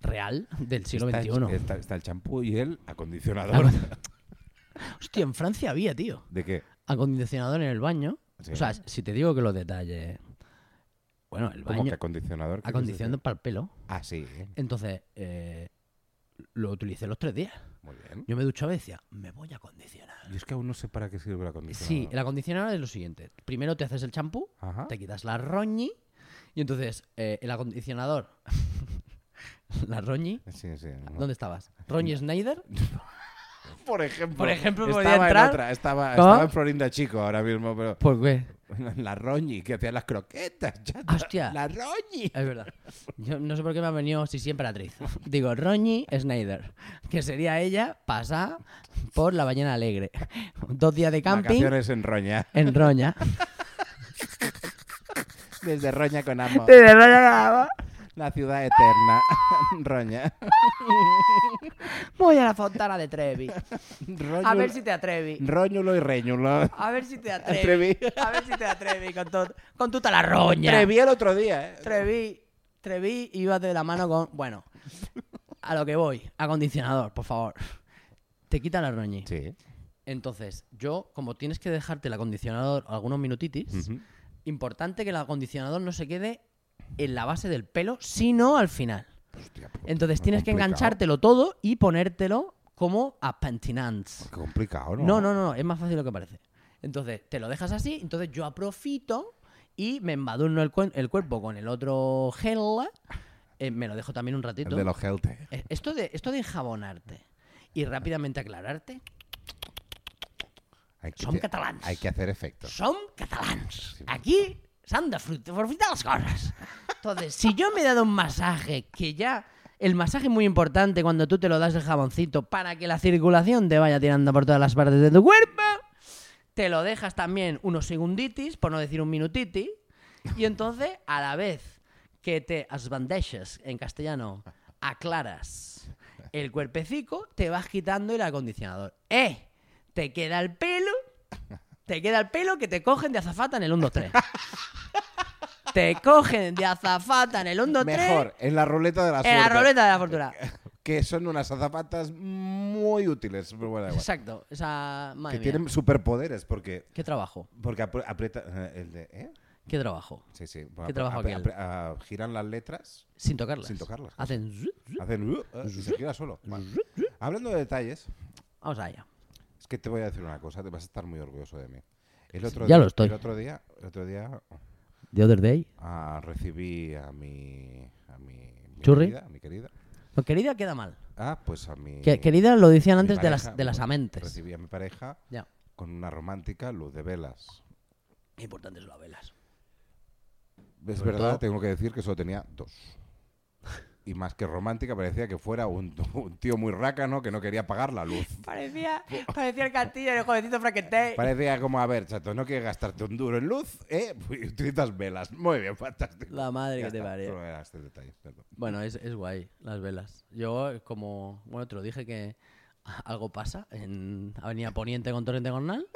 S5: real del siglo
S3: está,
S5: XXI.
S3: está- está el champú y el acondicionador.
S5: Acon- Hostia, en Francia había, tío.
S3: ¿De qué?
S5: Acondicionador en el baño.
S3: Sí.
S5: O sea, si te digo que los detalles. Bueno, el
S3: ¿Cómo que
S5: baño.
S3: acondicionador? ¿Qué
S5: Acondicionado para el pelo.
S3: quieres decir? Ah, sí. ¿eh?
S5: Entonces, eh, lo utilicé los tres días.
S3: Muy bien.
S5: Yo me duchaba y decía, me voy a acondicionar.
S3: Yo es que aún no sé para qué sirve la
S5: Sí,
S3: acondicionador.
S5: el acondicionador es lo siguiente. Primero te haces el champú,
S3: Ajá.
S5: te quitas la roñi. Y entonces, eh, el acondicionador. la roñi.
S3: Sí, sí. no.
S5: ¿Dónde estabas? ¿Roñi Snyder?
S3: Por ejemplo.
S5: Por ejemplo, podía
S3: estaba
S5: entrar-
S3: en otra. Estaba,
S5: ¿Cómo?
S3: estaba en Florinda Chico ahora mismo, pero.
S5: ¿Por qué?
S3: En la Roñi, que hacía las croquetas. chata.
S5: Hostia.
S3: La Roñi.
S5: Es verdad. Yo no sé por qué me ha venido si siempre actriz. Digo, Ronnie Snyder, que sería ella pasada por la ballena alegre. Dos días de camping
S3: Vacaciones en Roña.
S5: en Roña.
S3: Desde Roña con amo.
S5: Desde Roña
S3: La ciudad eterna. Roña.
S5: Voy a la fontana de Trevi. A
S3: Roñulo-
S5: ver si te atrevi.
S3: Roñulo y Reñulo.
S5: A ver si te atrevi.
S3: Trevi.
S5: A ver si te atrevi con, tu- con tu talarroña.
S3: Trevi el otro día, ¿eh?
S5: Trevi, Trevi iba de la mano con. Bueno, a lo que voy. Acondicionador, por favor. Te quita la roñi.
S3: Sí.
S5: Entonces, yo, como tienes que dejarte el acondicionador algunos minutitis,
S3: Ujú.
S5: importante que el acondicionador no se quede en la base del pelo, sino al final.
S3: Hostia puta,
S5: Entonces
S3: qué
S5: tienes que
S3: complicado.
S5: enganchártelo todo y ponértelo como a pentinants.
S3: Qué complicado, ¿no?
S5: No, no, no, no, es más fácil de lo que parece. Entonces, te lo dejas así, entonces yo aprofito y me embadurno el, cuen- el cuerpo con el otro gel, eh, me lo dejo también un
S3: El
S5: ratito.
S3: de los gelte.
S5: Eh, Esto de, esto de enjabonarte y rápidamente aclararte,
S3: Hay que
S5: Som
S3: te-
S5: catalans.
S3: Hay que hacer efectos.
S5: Son catalans. Aquí s'han de frut- forfitar las cosas. Entonces, si yo me he dado un masaje, que ya el masaje es muy importante cuando tú te lo das el jaboncito para que la circulación te vaya tirando por todas las partes de tu cuerpo, te lo dejas también unos segunditis, por no decir un minutiti, y entonces a la vez que te asbandeches, en castellano, aclaras el cuerpecico, te vas quitando el acondicionador. ¡Eh! Te queda el pelo, te queda el pelo que te cogen de azafata en el 1, 2, 3. Te cogen de azafata en el 1, 2, 3.
S3: Mejor, Eh, en la ruleta de la
S5: En la
S3: suerte,
S5: roleta de la fortuna.
S3: Que son unas zapatas muy útiles. pero bueno, da igual.
S5: Exacto. O sea, madre
S3: que
S5: mía.
S3: tienen superpoderes porque,
S5: Qué trabajo.
S3: porque apre- aprieta eh, el de. ¿eh?
S5: Qué trabajo.
S3: Sí, sí.
S5: Qué trabajo aquel.
S3: ah, giran las letras,
S5: Sin tocarlas.
S3: Sin tocarlas.
S5: Hacen. zut, zut.
S3: hacen. uh, uh, y se gira solo. Vale. Hablando de detalles,
S5: Vamos allá.
S3: es que te voy a decir una cosa, te vas a estar muy orgulloso de mí. El otro
S5: ya
S3: día,
S5: lo estoy.
S3: El otro día, el otro día
S5: The other day.
S3: ah, recibí a mi. A mi, mi
S5: ¿Churri?
S3: querida, a mi querida.
S5: No, querida queda mal.
S3: Ah, pues a mi.
S5: Que- querida lo decían
S3: mi
S5: antes de
S3: pareja,
S5: las, de las
S3: bueno,
S5: amentes.
S3: Recibí a mi pareja
S5: Ya.
S3: con una romántica luz de velas.
S5: Importante son las velas.
S3: Es
S5: Sobre
S3: verdad,
S5: todo-
S3: tengo que decir que solo tenía dos. Y más que romántica, parecía que fuera un, un tío muy rácano que no quería pagar la luz.
S5: Parecía, parecía el castillo del jovencito Frankenstein.
S3: Parecía como, a ver, chato, no quieres gastarte un duro en luz, ¿eh? Pues Utilizas velas. Muy bien, fantástico.
S5: La madre
S3: Ya
S5: que te
S3: está,
S5: parió.
S3: solo era este detalle, perdón.
S5: Bueno, es, es guay, las velas. Yo, como, bueno, te lo dije que algo pasa en Avenida Poniente con Torrente Gornal,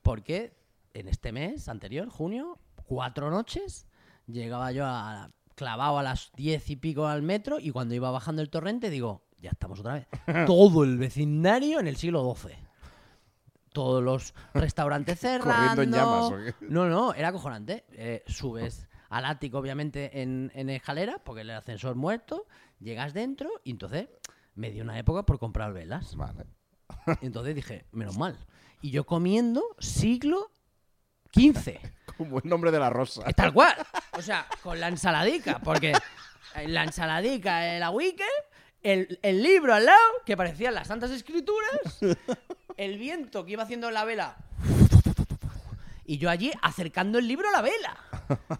S5: porque en este mes anterior, junio, cuatro noches, llegaba yo a- clavado a las diez y pico al metro y cuando iba bajando el torrente digo, ya estamos otra vez. Todo el vecindario en el siglo XII. Todos los restaurantes cerrando.
S3: Corriendo en llamas, ¿o qué?
S5: No, no, era acojonante. Eh, subes al ático, obviamente, en, en escalera, porque el ascensor muerto, llegas dentro y entonces me dio una época por comprar velas.
S3: Vale.
S5: Y entonces dije, menos mal. Y yo comiendo siglo XV.
S3: Como el nombre de la rosa.
S5: Es tal cual. O sea, con la ensaladica, porque en la ensaladica, en la wiki, el, el libro al lado, que parecían las Santas Escrituras, el viento que iba haciendo la vela. Y yo allí acercando el libro a la vela.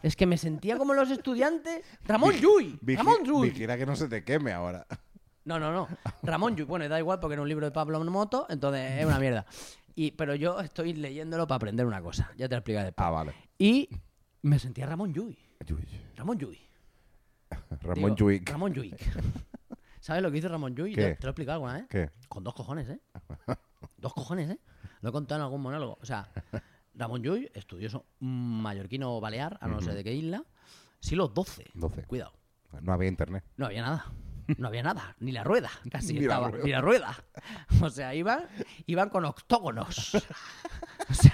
S5: Es que me sentía como los estudiantes. Ramón Llull.
S3: Vigi-
S5: Ramón Llull.
S3: Vigila que no se te queme ahora.
S5: No, no, no. Ramón Llull. Bueno, da igual porque era un libro de Pablo Moto, entonces es una mierda. Y, pero yo estoy leyéndolo para aprender una cosa. Ya te lo explicaré después.
S3: Ah, vale.
S5: Y me sentía Ramón Llull.
S3: Uy,
S5: Ramón Llull.
S3: Ramón
S5: Digo,
S3: Lluic.
S5: Ramón Lluic. ¿Sabes lo que hizo Ramón Lluic?
S3: ¿Qué?
S5: Yo Te lo he explicado alguna vez.
S3: ¿Qué?
S5: Con dos cojones, ¿eh? Dos cojones, ¿eh? Lo he contado en algún monólogo. O sea, Ramón Llull, estudioso mallorquino balear, a no sé de qué isla, siglo XII.
S3: 12.
S5: Cuidado.
S3: No había internet.
S5: No había nada. No había nada. Ni la rueda. Casi
S3: Ni la
S5: estaba.
S3: rueda.
S5: Ni la rueda. O sea, iban, iban con octógonos. O sea,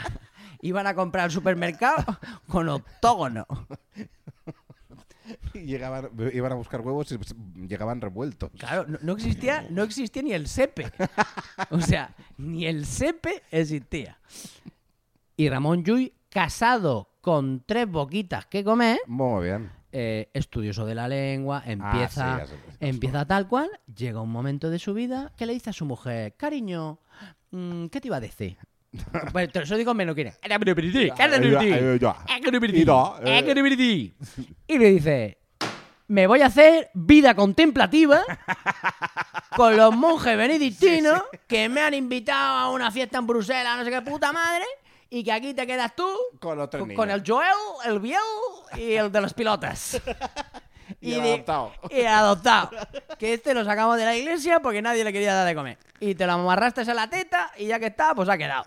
S5: iban a comprar al supermercado con octógono.
S3: Y llegaban, iban a buscar huevos y pues, llegaban revueltos.
S5: Claro, no, no existía, no existía ni el SEPE. O sea, ni el SEPE existía. Y Ramón Llull, casado con tres boquitas que comer,
S3: Muy bien.
S5: eh, estudioso de la lengua, empieza,
S3: Ah, sí, ya sé, ya sé.
S5: empieza tal cual, llega un momento de su vida que le dice a su mujer, cariño, mm, ¿qué te iba a decir? Bueno, te lo digo menos que nada. Era periodista, era periodista.
S3: Y no, eh.
S5: Y le dice, me voy a hacer vida contemplativa con los monjes benedictinos que me han invitado a una fiesta en Bruselas, no sé qué puta madre, y que aquí te quedas tú
S3: Con los tres
S5: con,
S3: niños.
S5: con el Joel, el Biel y el de las pilotas.
S3: Y el
S5: de-
S3: adoptado.
S5: Y el adoptado. Que este lo sacamos de la iglesia porque nadie le quería dar de comer. Y te lo amarraste a la teta y ya que está, pues ha quedado.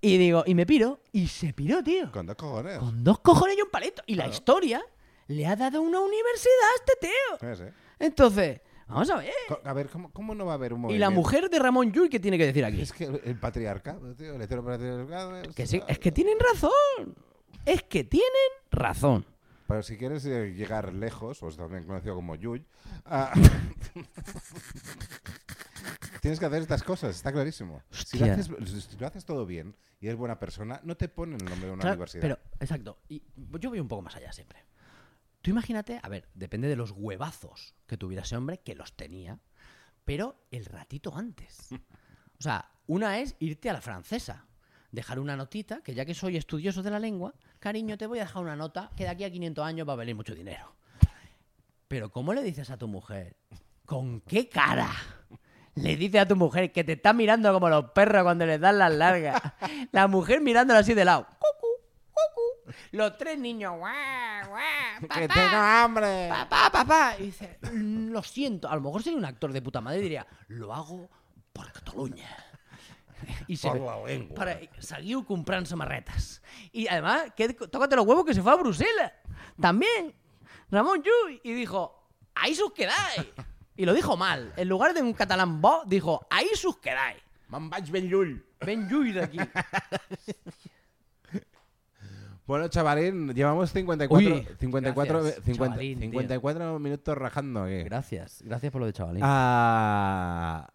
S5: Y digo, y me piro, y se piró, tío.
S3: Con dos cojones.
S5: Con dos cojones y un palito. Y la historia le ha dado una universidad a este tío.
S3: ¿Ves, eh?
S5: Entonces, vamos a ver.
S3: Co- A ver, ¿cómo, cómo no va a haber un
S5: Y
S3: movimiento?
S5: la mujer de Ramón Llull, ¿qué tiene que decir aquí?
S3: Es que el patriarcado, tío, el heteropatriarcado.
S5: Que sí, es que tienen razón. Es que tienen razón.
S3: Pero si quieres eh, llegar lejos, o también conocido como Yuy, ah, tienes que hacer estas cosas, está clarísimo. Si lo,
S5: Hostia.
S3: haces, si lo haces todo bien y eres buena persona, no te ponen el nombre de una
S5: Claro,
S3: universidad.
S5: Pero, exacto. Y yo voy un poco más allá siempre. Tú imagínate, a ver, depende de los huevazos que tuviera ese hombre, que los tenía, pero el ratito antes. O sea, una es irte a la francesa, dejar una notita, que ya que soy estudioso de la lengua, cariño, te voy a dejar una nota que de aquí a 500 años va a valer mucho dinero. Pero ¿cómo le dices a tu mujer? ¿Con qué cara? Le dice a tu mujer que te está mirando como los perros cuando les dan las largas. La mujer mirándola así de lado. Cucu, cucu. Los tres niños. Guau, guau,
S3: ¡Que
S5: papá,
S3: tengo hambre!
S5: papá, papá. Y dice, "Mm, lo siento. A lo mejor sería un actor de puta madre y diría, lo hago por Cataluña. Y se,
S3: Por la lengua.
S5: Para, seguiu comprant samarretes. Y además, que, tócate los huevos que se fue a Bruselas. También. Ramón Llull. Y dijo, ahí sus quedáis. Y lo dijo mal. En lugar de un catalán bo, dijo, ahí sus quedáis.
S3: Me'n vaig ben llull.
S5: Ven Llull de aquí.
S3: Bueno, chavalín, llevamos 54,
S5: Uy,
S3: 54,
S5: gracias,
S3: 50,
S5: chavalín, tío.
S3: 54 minutos rajando aquí.
S5: Gracias. Gracias por lo de chavalín.
S3: Ah,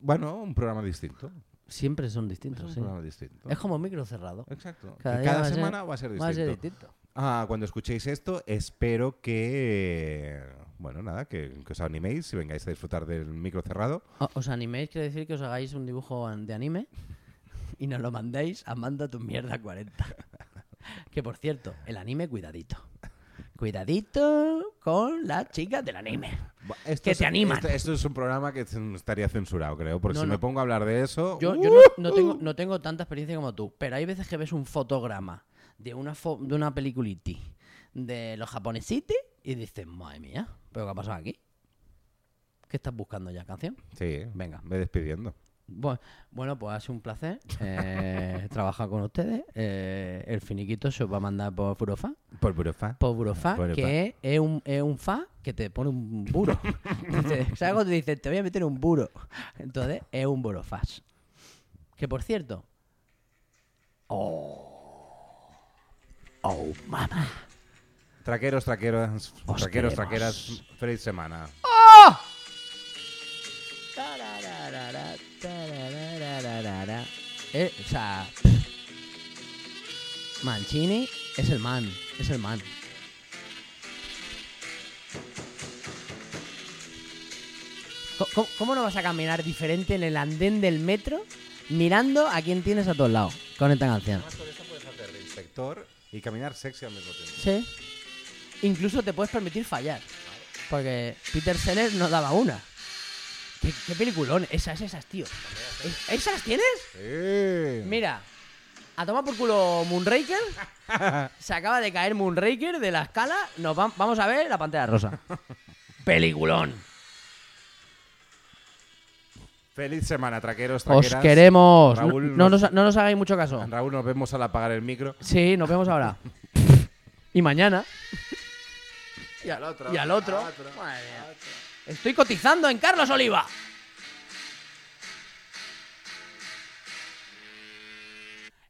S3: bueno, un programa distinto.
S5: Siempre son
S3: Un
S5: distintos, sí.
S3: programa distinto.
S5: Es como micro cerrado.
S3: Exacto. Y
S5: Cada
S3: Cada,
S5: día va a ser-
S3: semana va a ser distinto.
S5: Va a ser distinto.
S3: Ah, cuando escuchéis esto, espero que. Bueno, nada, que, que os animéis y vengáis a disfrutar del micro cerrado.
S5: O- Os animéis, quiero decir que os hagáis un dibujo an- de anime y nos lo mandéis a manda tu mierda 40. Que por cierto, el anime, cuidadito. Cuidadito con las chicas del anime.
S3: Bu- Esto
S5: Que
S3: es-
S5: te animan.
S3: Esto, esto es un programa que cen- estaría censurado, creo. Porque
S5: No,
S3: si
S5: no.
S3: me pongo a hablar de eso.
S5: Yo, yo
S3: ¡uh!
S5: no, no tengo, no tengo tanta experiencia como tú, pero hay veces que ves un fotograma de una, fo- de una peliculiti de los japonesitis y dices, madre mía, ¿pero qué ha pasado aquí? ¿Qué estás buscando ya, canción?
S3: Sí,
S5: Venga.
S3: Me despidiendo.
S5: Bu- Bueno, pues ha sido un placer eh, trabajar con ustedes. Eh, el finiquito se os va a mandar por Furofa.
S3: Por burofa.
S5: Por Burofa,
S3: Por el fa.
S5: que es, es un, es un fa que te pone un buro. Dice, ¿Sabes cuando te dicen te voy a meter un buro? Entonces, es un burofas. Que por cierto. Oh. Oh, mamá.
S3: Traqueros, traqueras.
S5: Os
S3: Traqueros,
S5: queremos.
S3: traqueras. Feliz semana.
S5: Tarararara, tarararara. Eh, o sea, Mancini es el man, es el man. Co- co- ¿Cómo, no vas a caminar diferente en el andén del metro mirando a quien tienes a todos lados con esta canción?
S3: Además, con esta puedes hacer de inspector y caminar sexy al mismo tiempo.
S5: Sí. Incluso te puedes permitir fallar. Porque Peter Sellers no daba una. ¿Qué, qué peliculón? Esas, esas, tío. ¿Es- ¿Esas las tienes?
S3: Sí.
S5: Mira, a tomar por culo Moonraker. Se acaba de caer Moonraker de la escala. Nos va- vamos a ver la pantera rosa. Peliculón.
S3: Feliz semana, traqueros,
S5: Os
S3: traqueras.
S5: queremos.
S3: Raúl,
S5: no, no
S3: nos-
S5: nos, no nos hagáis mucho caso.
S3: Raúl, nos vemos al apagar el micro.
S5: Sí, nos vemos ahora. y mañana.
S3: Y al otro.
S5: Y al otro. Madre mía. Estoy cotizando en Carlos Oliva.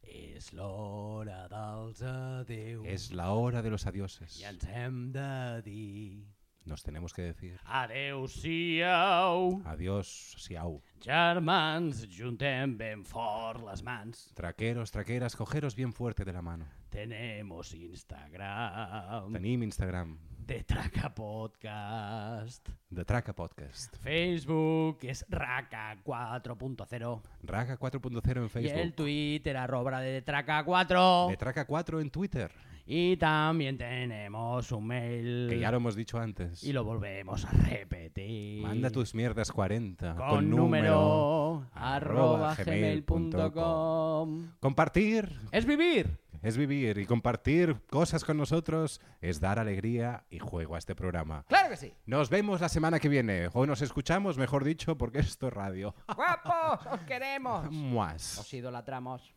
S5: És l'hora dels adeus.
S3: Es la hora de los adioses.
S5: I ens hem de dir
S3: Nos tenemos que decir
S6: Adeu-siau,
S3: adiós, siau.
S6: germans, juntem ben fort les mans.
S3: Traqueros, traqueras, cogeros bien fuerte de la mano.
S6: Tenemos Instagram,
S3: Tenim Instagram,
S6: de Traca Podcast.
S3: The Traca Podcast,
S6: Facebook es Raca 4.0
S3: Raga 4.0 en
S6: y el
S3: Facebook,
S6: Twitter arroba de Traca 4.
S3: The Traca 4 en Twitter,
S6: Y también tenemos un mail.
S3: que ya lo hemos dicho antes.
S6: Y lo volvemos a repetir.
S3: Manda tus mierdas 40
S6: con, número arroba gmail.com.
S3: Compartir
S6: Es vivir.
S3: es vivir y compartir cosas con nosotros es dar alegría y juego a este programa.
S5: Claro que sí.
S3: Nos vemos la semana que viene, o nos escuchamos, mejor dicho, porque esto es radio.
S5: Guapos, os queremos.
S3: Muas.
S5: Os idolatramos.